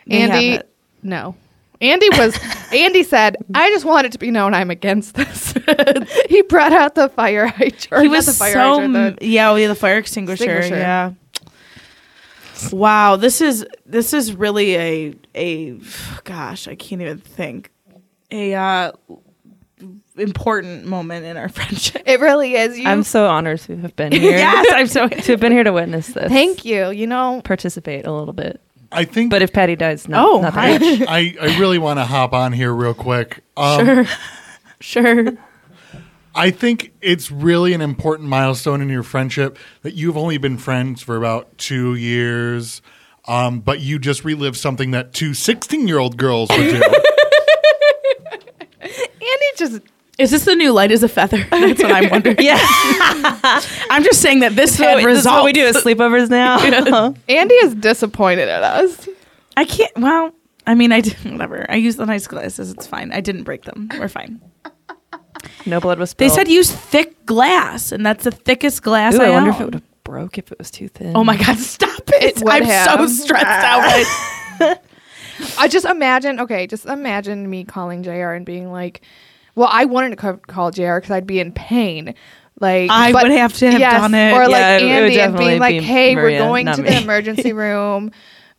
Speaker 2: They have
Speaker 1: Andy,
Speaker 2: it.
Speaker 1: no. Andy was.
Speaker 2: *laughs*
Speaker 1: Andy said, "I just want it to be known I'm against this." *laughs* he brought out the fire *laughs* hydrant.
Speaker 2: He
Speaker 1: not
Speaker 2: was
Speaker 1: the fire
Speaker 2: so
Speaker 1: hydrant, the-
Speaker 2: yeah, well, yeah, the fire extinguisher,
Speaker 1: Extinguisher.
Speaker 2: Yeah. Wow, this is this is really a a gosh, I can't even think a uh, important moment in our *laughs* friendship.
Speaker 1: it really is. You,
Speaker 3: I'm so honored to have
Speaker 2: *laughs*
Speaker 3: been here.
Speaker 2: yes, I'm so
Speaker 3: *laughs* To have been here to witness this.
Speaker 1: thank you. You know,
Speaker 3: Participate a little bit.
Speaker 6: I think
Speaker 3: But if Patty dies, no.
Speaker 2: Oh,
Speaker 3: not
Speaker 2: hi.
Speaker 3: that much.
Speaker 6: I, I really want to hop on here real quick. Um,
Speaker 3: *laughs*
Speaker 2: sure.
Speaker 6: I think it's really an important milestone in your friendship that you've only been friends for about two years, um, but you just relive something that two 16 year old girls would
Speaker 3: *laughs*
Speaker 6: do.
Speaker 1: Andy just
Speaker 2: Is this the new light is a feather? That's what *laughs* I'm wondering. yeah, I'm just saying that this had
Speaker 3: This is
Speaker 2: results.
Speaker 3: what we do is sleepovers now.
Speaker 1: Andy is disappointed at us.
Speaker 2: I can't. Well, I mean, I didn't. *laughs* Whatever. I used the nice glasses. It's fine. I didn't break them. We're fine.
Speaker 3: no blood was
Speaker 2: They
Speaker 3: spilled.
Speaker 2: said use thick glass, and that's the thickest glass
Speaker 3: Ooh,
Speaker 2: I,
Speaker 3: I wonder
Speaker 2: own.
Speaker 3: if it would have broke if it was too thin.
Speaker 2: Oh my god! Stop it!
Speaker 1: It would
Speaker 2: I'm so
Speaker 1: have.
Speaker 2: stressed out. right-
Speaker 1: I just imagine, okay, just imagine me calling JR and being like, well, I wanted to co- call JR because I'd be in pain. Like
Speaker 2: I would have to have done it.
Speaker 1: Or
Speaker 2: Yeah,
Speaker 1: like
Speaker 3: it
Speaker 1: Andy
Speaker 3: would
Speaker 1: and
Speaker 3: definitely
Speaker 1: being like,
Speaker 3: be
Speaker 1: hey,
Speaker 3: Maria,
Speaker 1: we're going
Speaker 3: not
Speaker 1: to
Speaker 3: me."
Speaker 1: the
Speaker 3: *laughs*
Speaker 1: emergency room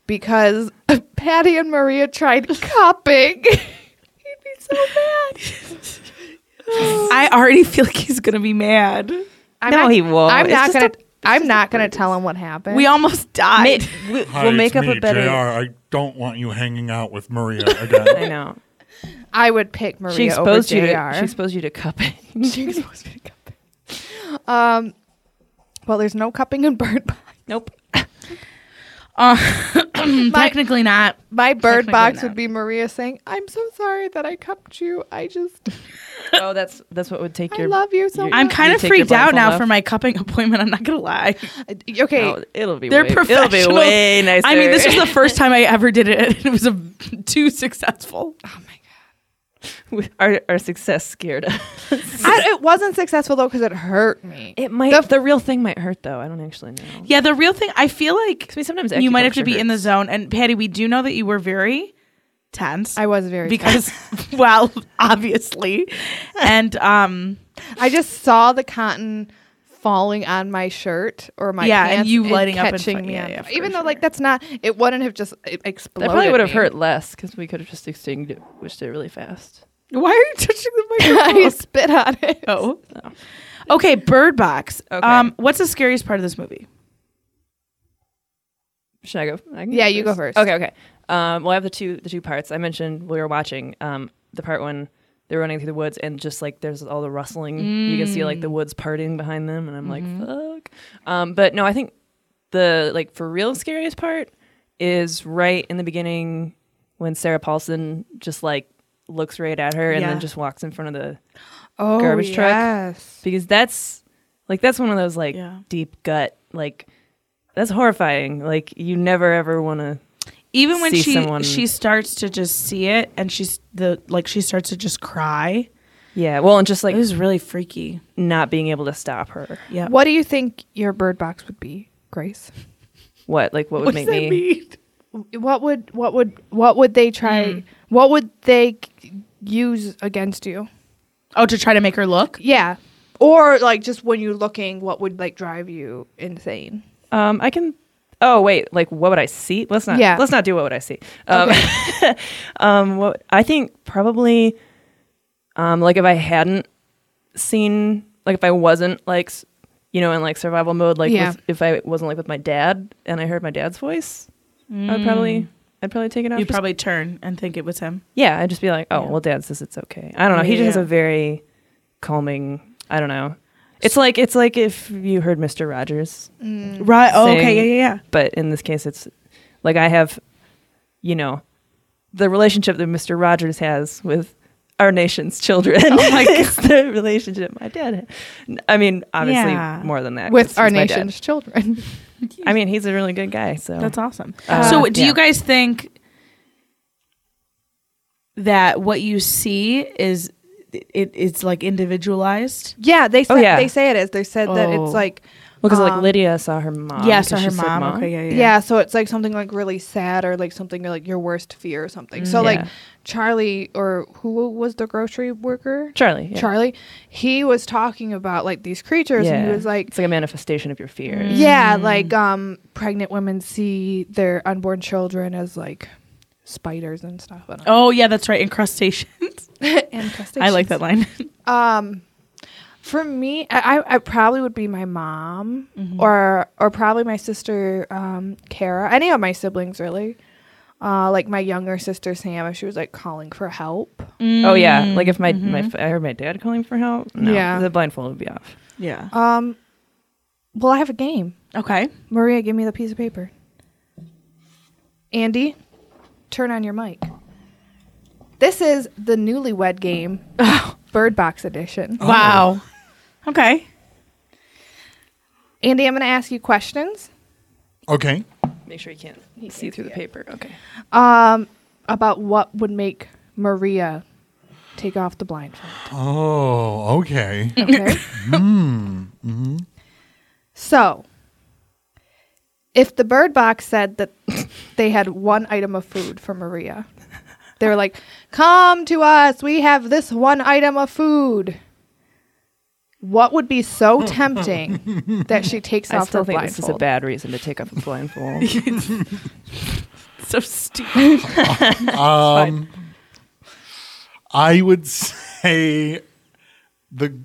Speaker 1: because Patty and Maria tried cupping. *laughs* He'd be so mad.
Speaker 2: *laughs* I already feel like he's gonna be mad.
Speaker 1: I'm
Speaker 3: No,
Speaker 1: not,
Speaker 3: he won't.
Speaker 1: I'm
Speaker 3: It's
Speaker 1: not
Speaker 3: just a-
Speaker 1: gonna. i I'm not gonna tell him what happened.
Speaker 2: We almost died.
Speaker 3: we,
Speaker 6: Hi,
Speaker 3: will
Speaker 6: it's
Speaker 3: make up
Speaker 6: me,
Speaker 3: a better.
Speaker 6: JR. I don't want you hanging out with Maria
Speaker 3: *laughs* I
Speaker 6: *laughs* again.
Speaker 3: know.
Speaker 1: I would pick Maria
Speaker 3: She exposed
Speaker 1: over
Speaker 3: you.
Speaker 1: JR.
Speaker 3: To, she exposed you to cupping. *laughs*
Speaker 1: *laughs*
Speaker 3: she exposed me to cupping.
Speaker 1: um, well, there's no cupping in bird box.
Speaker 3: Nope.
Speaker 2: Uh, *clears throat* Technically not. *laughs*
Speaker 1: My bird
Speaker 2: Technically
Speaker 1: box
Speaker 2: not.
Speaker 1: would be Maria saying, "I'm so sorry that I cupped you. I just
Speaker 3: Oh, that's that's what would take
Speaker 1: I
Speaker 3: your.
Speaker 1: love you so
Speaker 3: you-
Speaker 1: much."
Speaker 2: I'm kind
Speaker 3: You
Speaker 2: of
Speaker 3: take your
Speaker 2: freaked out
Speaker 3: blindfold
Speaker 2: now
Speaker 3: off.
Speaker 2: for my cupping appointment. I'm not gonna lie.
Speaker 1: Uh, okay.
Speaker 3: No, it'll be.
Speaker 2: They're
Speaker 3: way, It'll
Speaker 2: professional.
Speaker 3: be way *laughs* nicer.
Speaker 2: I *laughs* mean, this was the first time I ever did it, and it was a, *laughs* too successful.
Speaker 3: our our success scared us.
Speaker 1: I, it wasn't successful though because it hurt me.
Speaker 3: It might.
Speaker 1: The-
Speaker 3: The, real thing might hurt though. I don't actually know.
Speaker 2: Yeah, the real thing. I feel like
Speaker 3: 'Cause we sometimes
Speaker 2: you might have to
Speaker 3: acupuncture
Speaker 2: be in the
Speaker 3: hurts.
Speaker 2: zone. And Patty, we do know that you were very tense.
Speaker 1: I was very because
Speaker 2: because *laughs* well obviously *laughs* and um
Speaker 1: I just saw the cotton falling on my shirt or my
Speaker 2: Yeah, and
Speaker 1: pants
Speaker 2: you lighting up in
Speaker 1: catching
Speaker 2: front-
Speaker 1: me
Speaker 2: yeah,
Speaker 1: on-
Speaker 2: yeah, for
Speaker 1: even though
Speaker 2: sure.
Speaker 1: like that's not it wouldn't have just it exploded.
Speaker 3: That probably would have
Speaker 1: me.
Speaker 3: hurt less because we could have just extinguished it really fast.
Speaker 2: why are you touching the
Speaker 1: *laughs* I
Speaker 2: *laughs*
Speaker 1: spit on it.
Speaker 2: oh. *laughs* okay bird box
Speaker 3: Okay.
Speaker 2: um what's the scariest part of this movie
Speaker 3: Should I go? I can
Speaker 1: Yeah, you go first.
Speaker 3: Okay, okay. Um, well, I have the two the two parts I mentioned. We were watching um, the part when they're running through the woods and just like there's all the rustling. You can see
Speaker 1: Mm.
Speaker 3: like the woods parting behind them, and I'm
Speaker 1: Mm-hmm.
Speaker 3: like, fuck. Um, but no, I think the like for real scariest part is right in the beginning when Sarah Paulson just like looks right at her and
Speaker 2: Yeah.
Speaker 3: then just walks in front of the
Speaker 1: Oh,
Speaker 3: Garbage truck.
Speaker 1: yes.
Speaker 3: because that's like that's one of those like
Speaker 2: Yeah.
Speaker 3: deep gut like that's horrifying. Like you never ever want to.
Speaker 2: even when
Speaker 3: See
Speaker 2: she
Speaker 3: someone-
Speaker 2: she starts to just see it and she's the like she starts to just cry
Speaker 3: Yeah, well, and just like
Speaker 2: it was really freaky
Speaker 3: not being able to stop her.
Speaker 2: yeah
Speaker 1: What do you think your bird box would be, Grace?
Speaker 3: What like what would make me?
Speaker 1: what would what would what would they try what would they c- use against you
Speaker 2: oh to try to make her look
Speaker 1: yeah or like just when you're looking what would like drive you insane
Speaker 3: Um, I can Oh wait, like what would I see? Let's not.
Speaker 1: Yeah.
Speaker 3: Let's not do what would I see. Um, *laughs* um, what, I think probably, um, like if I hadn't seen, like if I wasn't like, s- you know, in like survival mode, like
Speaker 1: Yeah.
Speaker 3: with, if I wasn't like with my dad and I heard my dad's voice, I'd
Speaker 2: Mm.
Speaker 3: probably, I'd probably take it off.
Speaker 2: You
Speaker 3: just-
Speaker 2: probably turn and think it was him.
Speaker 3: yeah, I'd just be like, oh well, dad says it's okay. I don't know. He just has
Speaker 2: Yeah.
Speaker 3: a very calming. I don't know. It's like it's like if you heard Mister Rogers
Speaker 2: Right. Oh,
Speaker 3: Mm. Same.
Speaker 2: okay. Yeah, yeah, yeah.
Speaker 3: but in this case it's like i have you know the relationship that mr rogers has with our nation's children oh my *laughs* it's the relationship my dad had. i mean obviously
Speaker 2: Yeah.
Speaker 3: more than that 'cause
Speaker 1: with our
Speaker 3: he's my
Speaker 1: nation's children.
Speaker 3: dad. i mean he's a really good guy so
Speaker 2: That's awesome.
Speaker 3: Uh,
Speaker 2: so, do
Speaker 3: yeah.
Speaker 2: you guys think that what you see is it, it's like individualized?
Speaker 1: *laughs* Yeah, they
Speaker 3: Oh,
Speaker 1: said
Speaker 3: yeah.
Speaker 1: they say it is. They said that
Speaker 2: Oh.
Speaker 1: it's like
Speaker 3: because like
Speaker 1: um,
Speaker 3: lydia saw her mom
Speaker 2: yeah,
Speaker 3: 'cause
Speaker 2: so her
Speaker 3: she said
Speaker 2: mom. Okay, yeah, yeah.
Speaker 1: yeah. so it's like something like really sad or like something like your worst fear or something. So like
Speaker 3: Mm, Yeah.
Speaker 1: Charlie or who was the grocery worker?
Speaker 3: charlie yeah.
Speaker 1: Charlie, he was talking about like these creatures and he
Speaker 3: Yeah.
Speaker 1: was like Mm.
Speaker 3: it's like a manifestation of your fears
Speaker 1: Yeah, like um pregnant women see their unborn children as like spiders and stuff. I don't know.
Speaker 2: Oh, yeah, that's right. Incrustations.
Speaker 1: and crustaceans.
Speaker 2: *laughs* I like that line.
Speaker 1: Um, for me, I, I- I probably would be my mom or or probably my sister, um, Kara. Any of my siblings, really. Uh, like my younger sister Sam, if she was like calling for help.
Speaker 3: oh yeah like if my, my i heard my dad calling for help no,
Speaker 1: Mm-hmm. Yeah.
Speaker 3: the blindfold would be off
Speaker 2: yeah.
Speaker 1: Um, well, I have a game.
Speaker 2: Uh, Okay.
Speaker 1: Maria, give me the piece of paper. Andy, turn on your mic. This is the newlywed game, Bird Box Edition.
Speaker 2: Wow. Okay.
Speaker 1: Andy, I'm going to ask you questions.
Speaker 6: Okay.
Speaker 3: make sure you can't see through the paper okay
Speaker 1: Um, about what would make Maria take off the blindfold.
Speaker 6: Oh, okay.
Speaker 1: Okay. *laughs* Mm-hmm. So, if the bird box said that *laughs* they had one item of food for Maria, they were like, "Come to us. We have this one item of food." What would be *laughs* so tempting that she takes
Speaker 3: i
Speaker 1: off her
Speaker 3: still think
Speaker 1: blindfold?
Speaker 3: this is a bad reason to
Speaker 1: *laughs*
Speaker 3: take off a blindfold
Speaker 2: So stupid.
Speaker 6: Um, I would *laughs* say the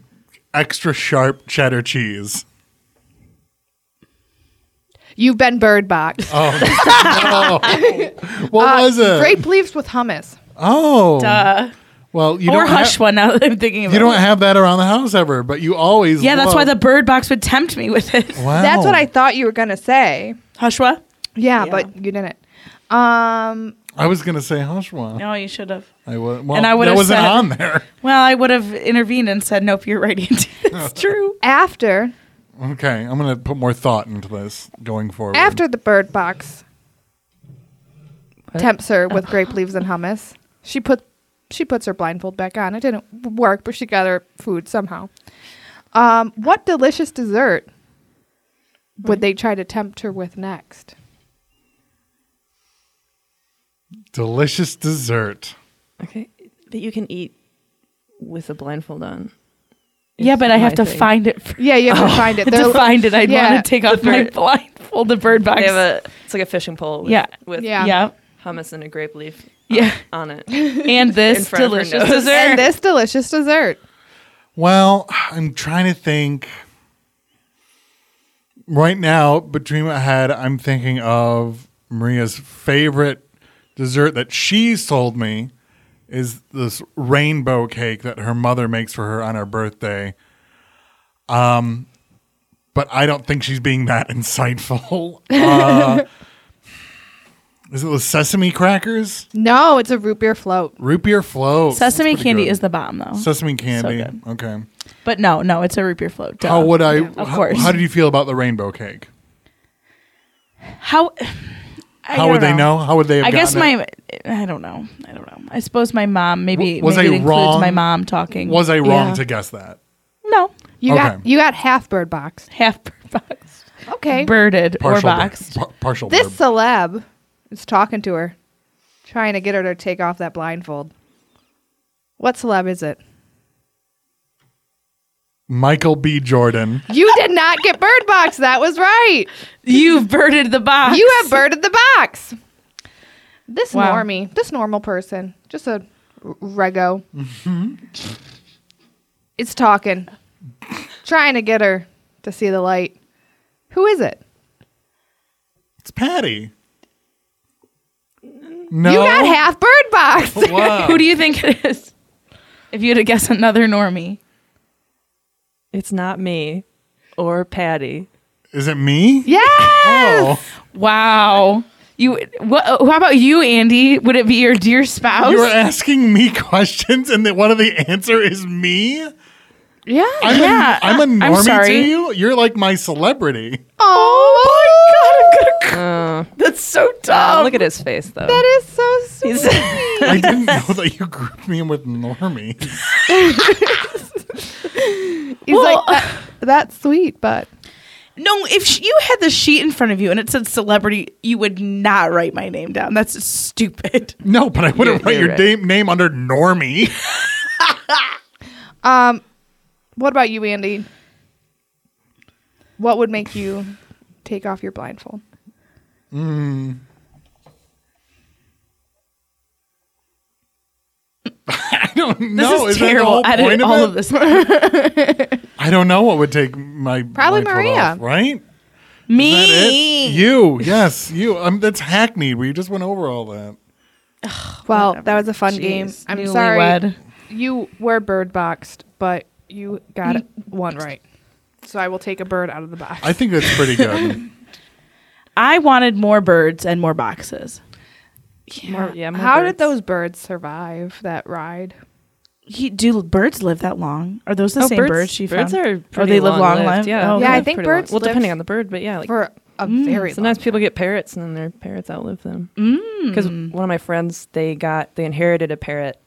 Speaker 6: extra sharp cheddar cheese.
Speaker 1: You've been bird box.
Speaker 6: Oh, what was
Speaker 1: *laughs*
Speaker 6: it?
Speaker 1: Grape leaves with hummus.
Speaker 6: Oh,
Speaker 2: Uh,
Speaker 6: well, you
Speaker 2: or
Speaker 6: don't
Speaker 2: hush
Speaker 6: have,
Speaker 2: one now that I'm thinking about
Speaker 6: you don't
Speaker 2: it.
Speaker 6: have that around the house ever, but you always.
Speaker 2: Yeah, that's
Speaker 6: love-
Speaker 2: why the bird box would tempt me with it.
Speaker 6: Wow.
Speaker 1: That's what I thought you were gonna say.
Speaker 2: Hushwa?
Speaker 1: Yeah, but you didn't. Um,
Speaker 6: I was gonna say Hashwa.
Speaker 2: No, you should have.
Speaker 6: I was. Well,
Speaker 2: And I would've
Speaker 6: that wasn't
Speaker 2: said-
Speaker 6: on there. *laughs*
Speaker 2: Well, I would have intervened and said, nope, you're right, Andy. It's true.
Speaker 1: after
Speaker 6: Okay, I'm gonna put more thought into this going forward.
Speaker 1: after the bird box tempts her with grape leaves and hummus she put she puts her blindfold back on it didn't work but she got her food somehow um, what delicious dessert would they try to tempt her with next
Speaker 6: delicious dessert.
Speaker 3: Okay, that you can eat with a blindfold on.
Speaker 2: Yeah, but I have to
Speaker 3: thing.
Speaker 2: find it. For,
Speaker 1: yeah you have to find it
Speaker 2: to
Speaker 1: They're-
Speaker 2: find it, I'd
Speaker 1: yeah.
Speaker 2: want to take off my
Speaker 3: bird-
Speaker 2: blindfold, the bird box.
Speaker 3: They have a it's like a fishing pole. With,
Speaker 2: Yeah.
Speaker 3: with
Speaker 1: Yeah.
Speaker 2: yeah.
Speaker 3: hummus and a grape leaf
Speaker 2: Yeah.
Speaker 1: *laughs*
Speaker 3: on it.
Speaker 2: And this
Speaker 3: front of her
Speaker 2: delicious
Speaker 3: nose.
Speaker 2: dessert.
Speaker 1: and this delicious dessert
Speaker 6: Well, I'm trying to think. Right now, between my head, I'm thinking of Maria's favorite dessert that she sold me is this rainbow cake that her mother makes for her on her birthday. Um, but I don't think she's being that *laughs* insightful. Uh, is it the sesame crackers?
Speaker 1: no it's a root beer float
Speaker 6: Root beer float.
Speaker 2: Sesame candy is the bomb, though.
Speaker 6: sesame candy.
Speaker 2: good.
Speaker 6: okay.
Speaker 2: but no, no, it's a root beer float. Duh.
Speaker 6: How would I?
Speaker 2: Of
Speaker 6: how,
Speaker 2: course.
Speaker 6: How did you feel about the rainbow cake?
Speaker 2: How, I
Speaker 6: How
Speaker 2: don't
Speaker 6: would they know? How would they? Have
Speaker 2: I guess
Speaker 6: gotten
Speaker 2: my, I don't know. I don't know. I suppose my mom, maybe,
Speaker 6: W- was
Speaker 2: maybe
Speaker 6: I
Speaker 2: it includes
Speaker 6: wrong?
Speaker 2: my mom
Speaker 6: it?
Speaker 2: talking.
Speaker 6: Was I wrong
Speaker 2: Yeah.
Speaker 6: to guess that?
Speaker 2: No.
Speaker 1: you got
Speaker 6: Okay.
Speaker 1: you got half bird box
Speaker 2: Half bird box.
Speaker 1: okay
Speaker 2: Birded
Speaker 6: Partial
Speaker 2: or
Speaker 6: bur-
Speaker 2: boxed.
Speaker 6: par- partial.
Speaker 1: this
Speaker 6: burp.
Speaker 1: celeb is talking to her, trying to get her to take off that blindfold. What celeb is it?
Speaker 6: Michael B. Jordan.
Speaker 1: You did not get Bird Box. That was
Speaker 2: *laughs*
Speaker 1: right.
Speaker 2: You've birded the box.
Speaker 1: You have birded the box. This
Speaker 2: Wow.
Speaker 1: normie, this normal person, just a r- rego.
Speaker 2: Mm-hmm.
Speaker 1: it's talking, trying to get her to see the light. Who is it?
Speaker 6: It's Patty. No.
Speaker 1: You got half Bird Box.
Speaker 2: *laughs*
Speaker 6: Wow.
Speaker 2: Who do you think it is? If you had to guess another normie.
Speaker 3: It's not me or Patty.
Speaker 6: Is it me?
Speaker 1: yes.
Speaker 6: Oh.
Speaker 2: Wow. You what how about you, Andy? Would it be your dear spouse?
Speaker 6: You were asking me *laughs* questions, and that one of the answer is me.
Speaker 1: Yeah.
Speaker 6: I'm
Speaker 2: Yeah,
Speaker 6: a, I'm a
Speaker 2: I'm
Speaker 6: normie
Speaker 2: sorry.
Speaker 6: to you. You're like my celebrity.
Speaker 1: oh my God.
Speaker 2: That's so
Speaker 3: Uh,
Speaker 2: dumb. *laughs*
Speaker 3: look at his face,
Speaker 1: Oh,
Speaker 3: though.
Speaker 1: That is so sweet.
Speaker 6: I didn't know that you grouped me in with normie.
Speaker 1: He's like, "That- that's sweet, but
Speaker 2: no, if sh- you had the sheet in front of you and it said celebrity, you would not write my name down. That's stupid.
Speaker 6: No, but I wouldn't
Speaker 3: You're-
Speaker 6: write your
Speaker 3: you're
Speaker 6: da- name under normie. *laughs*
Speaker 1: um, what about you, Andy? What would make you take off your blindfold?
Speaker 6: *laughs* I don't
Speaker 2: This
Speaker 6: know.
Speaker 2: is
Speaker 6: that the
Speaker 2: terrible.
Speaker 6: whole
Speaker 2: Edit
Speaker 6: point
Speaker 2: all
Speaker 6: it?
Speaker 2: of *laughs* this.
Speaker 6: I don't know what would take my
Speaker 1: Probably
Speaker 6: blindfold
Speaker 1: Maria.
Speaker 6: off, right? Is that
Speaker 2: Me.
Speaker 6: it? You, yes, you. Um, that's hackneyed. We just went over all that.
Speaker 1: Well, that was a fun game. I'm sorry.
Speaker 2: Newlywed.
Speaker 1: You were bird boxed, but you got one right. So I will take a bird out of the box.
Speaker 6: I think that's
Speaker 2: *laughs*
Speaker 6: pretty good.
Speaker 2: I wanted more birds and more boxes.
Speaker 3: More- yeah, more
Speaker 1: How
Speaker 3: birds.
Speaker 1: did those birds survive that ride?
Speaker 2: He, do birds live that long? Are those the
Speaker 3: Oh,
Speaker 2: same birds, she
Speaker 3: birds
Speaker 2: found?
Speaker 3: are
Speaker 2: or
Speaker 3: pretty
Speaker 2: they live long
Speaker 3: long-lived,
Speaker 2: life?
Speaker 3: Yeah,
Speaker 2: Oh,
Speaker 1: Yeah,
Speaker 2: okay.
Speaker 1: I think
Speaker 3: Pretty long-
Speaker 1: birds
Speaker 3: Well,
Speaker 1: live
Speaker 3: depending on the bird, but yeah, like
Speaker 1: For a very
Speaker 3: Sometimes
Speaker 1: long
Speaker 3: people get parrots and then their parrots outlive them.
Speaker 2: Mm.
Speaker 3: Because one of my friends, they got they inherited a parrot,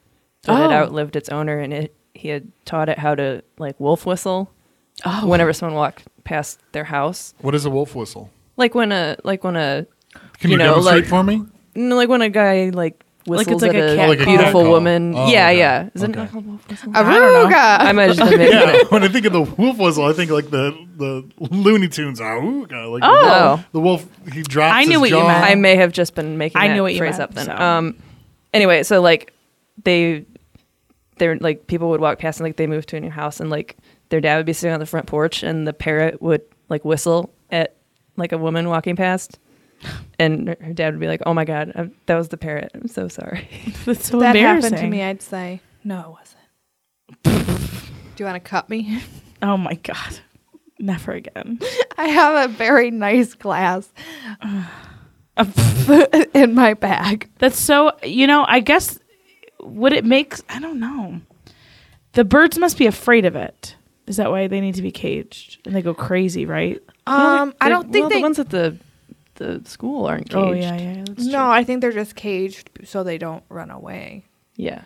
Speaker 3: but it
Speaker 2: Oh.
Speaker 3: outlived its owner, and it he had taught it how to like wolf whistle.
Speaker 2: Oh.
Speaker 3: Whenever someone walked past their house,
Speaker 6: what is a wolf whistle?
Speaker 3: like when a like when a
Speaker 6: Can you,
Speaker 3: You know,
Speaker 6: demonstrate
Speaker 3: like-
Speaker 2: *laughs*
Speaker 6: for me?
Speaker 3: no, like when a guy like
Speaker 2: Like it's
Speaker 3: whistles
Speaker 2: like
Speaker 3: at
Speaker 2: a
Speaker 3: a,
Speaker 2: cat Like a call.
Speaker 3: beautiful
Speaker 6: cat call.
Speaker 3: woman.
Speaker 6: Oh,
Speaker 3: yeah,
Speaker 6: okay.
Speaker 3: yeah. Is it not
Speaker 6: Okay.
Speaker 3: called wolf whistle?
Speaker 1: Aruga.
Speaker 3: I'm
Speaker 6: *laughs*
Speaker 3: just making
Speaker 6: Yeah,
Speaker 3: it.
Speaker 6: when I think of the wolf whistle, I think like the the Looney Tunes. Auga, like
Speaker 3: Oh.
Speaker 6: the wolf. He drops.
Speaker 2: I knew
Speaker 6: his
Speaker 2: what you
Speaker 6: jaw.
Speaker 2: meant.
Speaker 3: I may have just been making.
Speaker 2: I
Speaker 3: that
Speaker 2: knew what you
Speaker 3: phrase
Speaker 2: meant,
Speaker 3: up then.
Speaker 2: so.
Speaker 3: Um, anyway, so like they, they're like people would walk past and like they moved to a new house and like their dad would be sitting on the front porch and the parrot would like whistle at like a woman walking past, and her her dad would be like, "Oh my god, i that was the parrot. I'm so sorry."
Speaker 2: *laughs* That's so
Speaker 1: that
Speaker 2: embarrassing.
Speaker 1: happened to me, I'd say,
Speaker 2: No, it wasn't.
Speaker 1: *laughs* Do you want to cut me? *laughs*
Speaker 2: Oh my god. Never again.
Speaker 1: I have a very nice glass *laughs* in my bag.
Speaker 2: *laughs* That's so you know, I guess would it make I don't know. The birds must be afraid of it. Is that why they need to be caged? And they go crazy, right?
Speaker 1: Um, I
Speaker 3: They're-
Speaker 1: don't think
Speaker 3: well,
Speaker 1: they.
Speaker 3: the ones at the the school aren't caged.
Speaker 2: Oh yeah, yeah. That's true.
Speaker 1: no, I think they're just caged so they don't run away.
Speaker 3: yeah.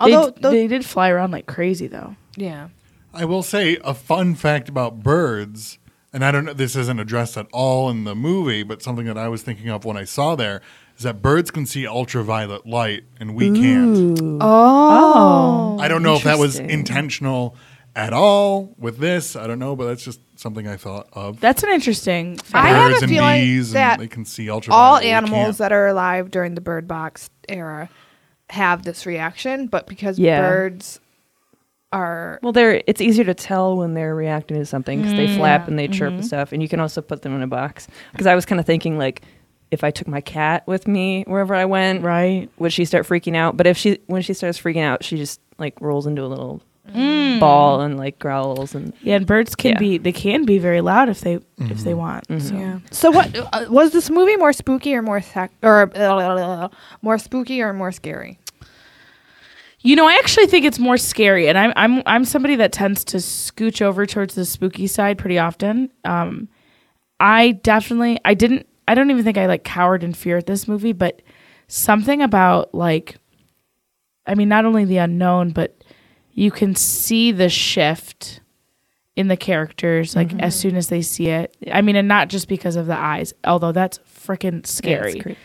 Speaker 2: They-
Speaker 1: Although,
Speaker 2: they,
Speaker 1: those,
Speaker 2: did fly around like crazy though.
Speaker 1: yeah,
Speaker 6: I will say a fun fact about birds, and I don't know, this isn't addressed at all in the movie, but something that I was thinking of when I saw there is that birds can see ultraviolet light and we can't.
Speaker 1: Oh.
Speaker 6: I don't know if that was
Speaker 3: Interesting.
Speaker 6: intentional at all with this. I don't know, but that's just something I thought of.
Speaker 2: That's an interesting
Speaker 1: I
Speaker 2: fact.
Speaker 1: have
Speaker 6: birds
Speaker 1: a
Speaker 6: and
Speaker 1: feeling
Speaker 6: bees,
Speaker 1: that
Speaker 6: and they can see ultraviolet.
Speaker 1: all
Speaker 6: we
Speaker 1: animals
Speaker 6: can't.
Speaker 1: that are alive during the bird box era have this reaction, but because
Speaker 3: Yeah.
Speaker 1: birds are
Speaker 3: Well, they're it's easier to tell when they're reacting to something because
Speaker 2: Mm,
Speaker 3: they flap and they chirp
Speaker 2: Mm-hmm.
Speaker 3: and stuff, and you can also put them in a box. Because I was kind of thinking like, if I took my cat with me wherever I went,
Speaker 2: Right.
Speaker 3: would she start freaking out? But if she when she starts freaking out, she just like rolls into a little
Speaker 2: Mm.
Speaker 3: ball and like growls and
Speaker 2: Yeah, and birds can
Speaker 3: Yeah.
Speaker 2: be they can be very loud if they if they want. So.
Speaker 1: Mm-hmm. yeah. So what uh, was this movie more spooky or more sec- or uh, more spooky or more scary?
Speaker 2: You know, I actually think it's more scary, and I'm I'm I'm somebody that tends to scooch over towards the spooky side pretty often. Um, I definitely I didn't I don't even think I like cowered in fear at this movie, but something about like, I mean, not only the unknown, but you can see the shift in the characters like
Speaker 3: Mm-hmm.
Speaker 2: as soon as they see it. I mean, and not just because of the eyes, although that's freaking
Speaker 3: Yeah,
Speaker 2: scary.
Speaker 3: it's creepy.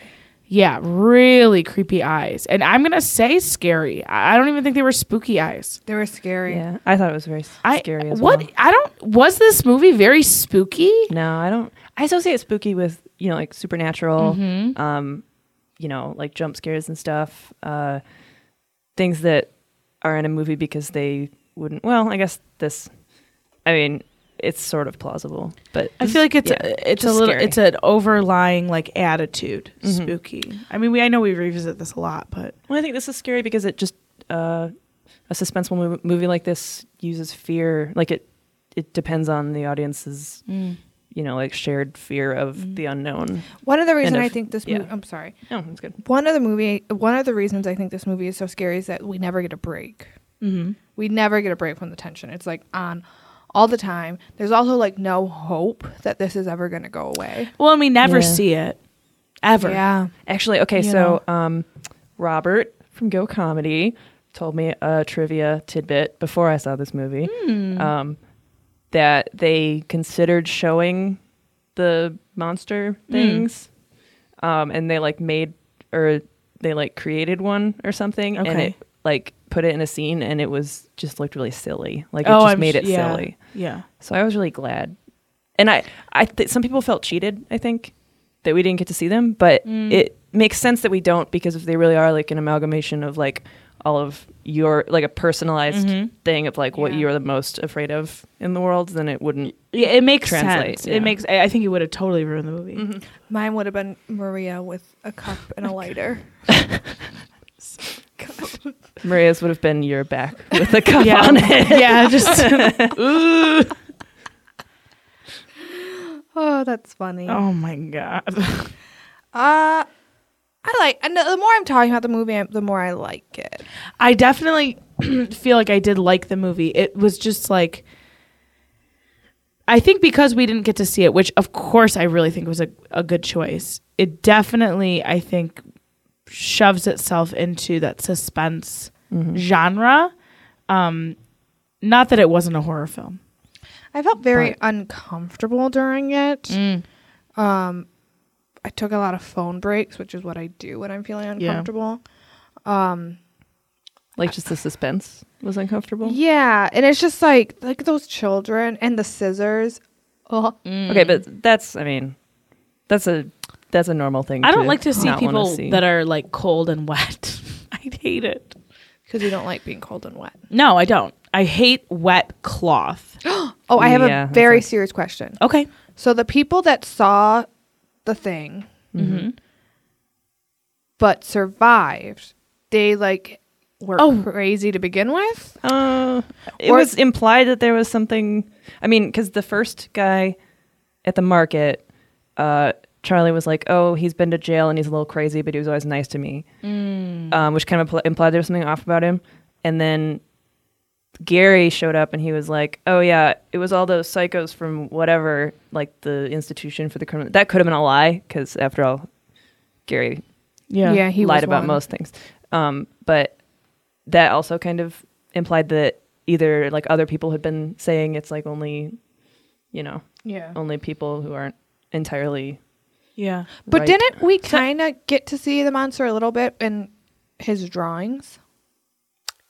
Speaker 2: Yeah, really creepy eyes. And I'm going to say scary. I I don't even think they were spooky eyes.
Speaker 1: They were scary.
Speaker 3: Yeah, I thought it was very s-
Speaker 2: I,
Speaker 3: scary as
Speaker 2: what?
Speaker 3: well.
Speaker 2: I don't. Was this movie very spooky?
Speaker 3: No, I don't. I associate spooky with you know like supernatural, um, you know like jump scares and stuff, uh, things that are in a movie because they wouldn't. Well, I guess this. I mean, it's sort of plausible, but
Speaker 2: I feel like it's
Speaker 3: yeah,
Speaker 2: it's a
Speaker 3: just
Speaker 2: little
Speaker 3: scary. Mm-hmm.
Speaker 2: it's an overlying like attitude spooky. I mean, we I know we revisit this a lot, but
Speaker 3: Well, I think this is scary because it just uh, a suspenseful mov- movie like this uses fear. Like it, it depends on the audience's, you know, like shared fear of the unknown.
Speaker 1: One of the reason
Speaker 3: of-
Speaker 1: I think this movie.
Speaker 3: yeah.
Speaker 1: I'm sorry.
Speaker 3: No, that's good.
Speaker 1: One of the movie. One of the reasons I think this movie is so scary is that we never get a break.
Speaker 2: mm-hmm.
Speaker 1: We never get a break from the tension. It's like on all the time. There's also like no hope that this is ever going to go away.
Speaker 2: well, and we never
Speaker 3: Yeah.
Speaker 2: see it ever.
Speaker 1: Yeah.
Speaker 3: Actually, okay,
Speaker 2: You
Speaker 3: so um, Robert from Go Comedy told me a trivia tidbit before I saw this movie
Speaker 2: Hmm.
Speaker 3: um, that they considered showing the monster
Speaker 2: Hmm.
Speaker 3: things, um, and they like made or they like created one or something, and
Speaker 2: Okay.
Speaker 3: it like put it in a scene, and it was just looked really silly. Like it
Speaker 2: Oh,
Speaker 3: just
Speaker 2: I'm
Speaker 3: made
Speaker 2: s-
Speaker 3: it
Speaker 2: yeah.
Speaker 3: silly.
Speaker 2: Yeah.
Speaker 3: So I was really glad, and I, I th- some people felt cheated. I think that we didn't get to see them, but
Speaker 2: Mm.
Speaker 3: it makes sense that we don't because if they really are like an amalgamation of like all of your like a personalized
Speaker 2: Mm-hmm.
Speaker 3: thing of like what
Speaker 1: Yeah.
Speaker 3: you are the most afraid of in the world, then it wouldn't.
Speaker 2: Yeah, it makes
Speaker 3: Translate,
Speaker 2: sense.
Speaker 3: yeah. Mm-hmm.
Speaker 2: It makes. I I think it would have totally ruined the movie.
Speaker 1: Mine would have been Maria with a cup and *laughs* a lighter.
Speaker 3: Maria's would have been your back *laughs* with a cup
Speaker 2: Yeah.
Speaker 3: on it.
Speaker 2: yeah,
Speaker 3: *laughs*
Speaker 2: just. *laughs* Ooh.
Speaker 1: Oh, that's funny.
Speaker 2: Oh my god.
Speaker 1: Uh, I like. And the more I'm talking about the movie, I- the more I like it.
Speaker 2: I definitely *clears throat* feel like I did like the movie. It was just like I think because we didn't get to see it, which of course I really think was a, a good choice. It definitely I think shoves itself into that suspense genre. Um not that it wasn't a horror film.
Speaker 1: I felt very uncomfortable during it.
Speaker 2: Mm.
Speaker 1: Um, I took a lot of phone breaks, which is what I do when I'm feeling
Speaker 2: Yeah.
Speaker 1: uncomfortable. Um,
Speaker 3: Like just the suspense was uncomfortable.
Speaker 1: yeah, and it's just like like those children and the scissors. Oh,
Speaker 2: Mm.
Speaker 3: Okay, but that's I mean, that's a that's a normal thing.
Speaker 2: I don't like to see
Speaker 3: not wanna
Speaker 2: people
Speaker 3: see.
Speaker 2: that are like cold and wet. *laughs* I hate it.
Speaker 1: because you don't like being cold and wet.
Speaker 2: No, I don't. I hate wet cloth.
Speaker 1: Oh, I have
Speaker 3: Yeah,
Speaker 1: a
Speaker 3: that's
Speaker 1: very
Speaker 3: a-
Speaker 1: serious question.
Speaker 2: Okay.
Speaker 1: So the people that saw the thing
Speaker 3: Mm-hmm.
Speaker 1: but survived, they like were
Speaker 2: Oh.
Speaker 1: crazy to begin with.
Speaker 3: Uh, it
Speaker 1: Or-
Speaker 3: was implied that there was something. I mean, because the first guy at the market, uh, Charlie was like, "Oh, he's been to jail and he's a little crazy, but he was always nice to me," um, which kind of impl- implied there was something off about him. And then Gary showed up and he was like, "Oh yeah, it was all those psychos from whatever, like the institution for the criminal." That could have been a lie, because after all, Gary
Speaker 1: Yeah, he
Speaker 3: Oh. lied
Speaker 1: was
Speaker 3: about
Speaker 1: one.
Speaker 3: most things. Um, but that also kind of implied that either like other people had been saying it's like only, you know,
Speaker 1: Yeah.
Speaker 3: only people who aren't entirely.
Speaker 2: Yeah.
Speaker 1: But
Speaker 3: right.
Speaker 1: didn't we kind of get to see the monster a little bit in his drawings?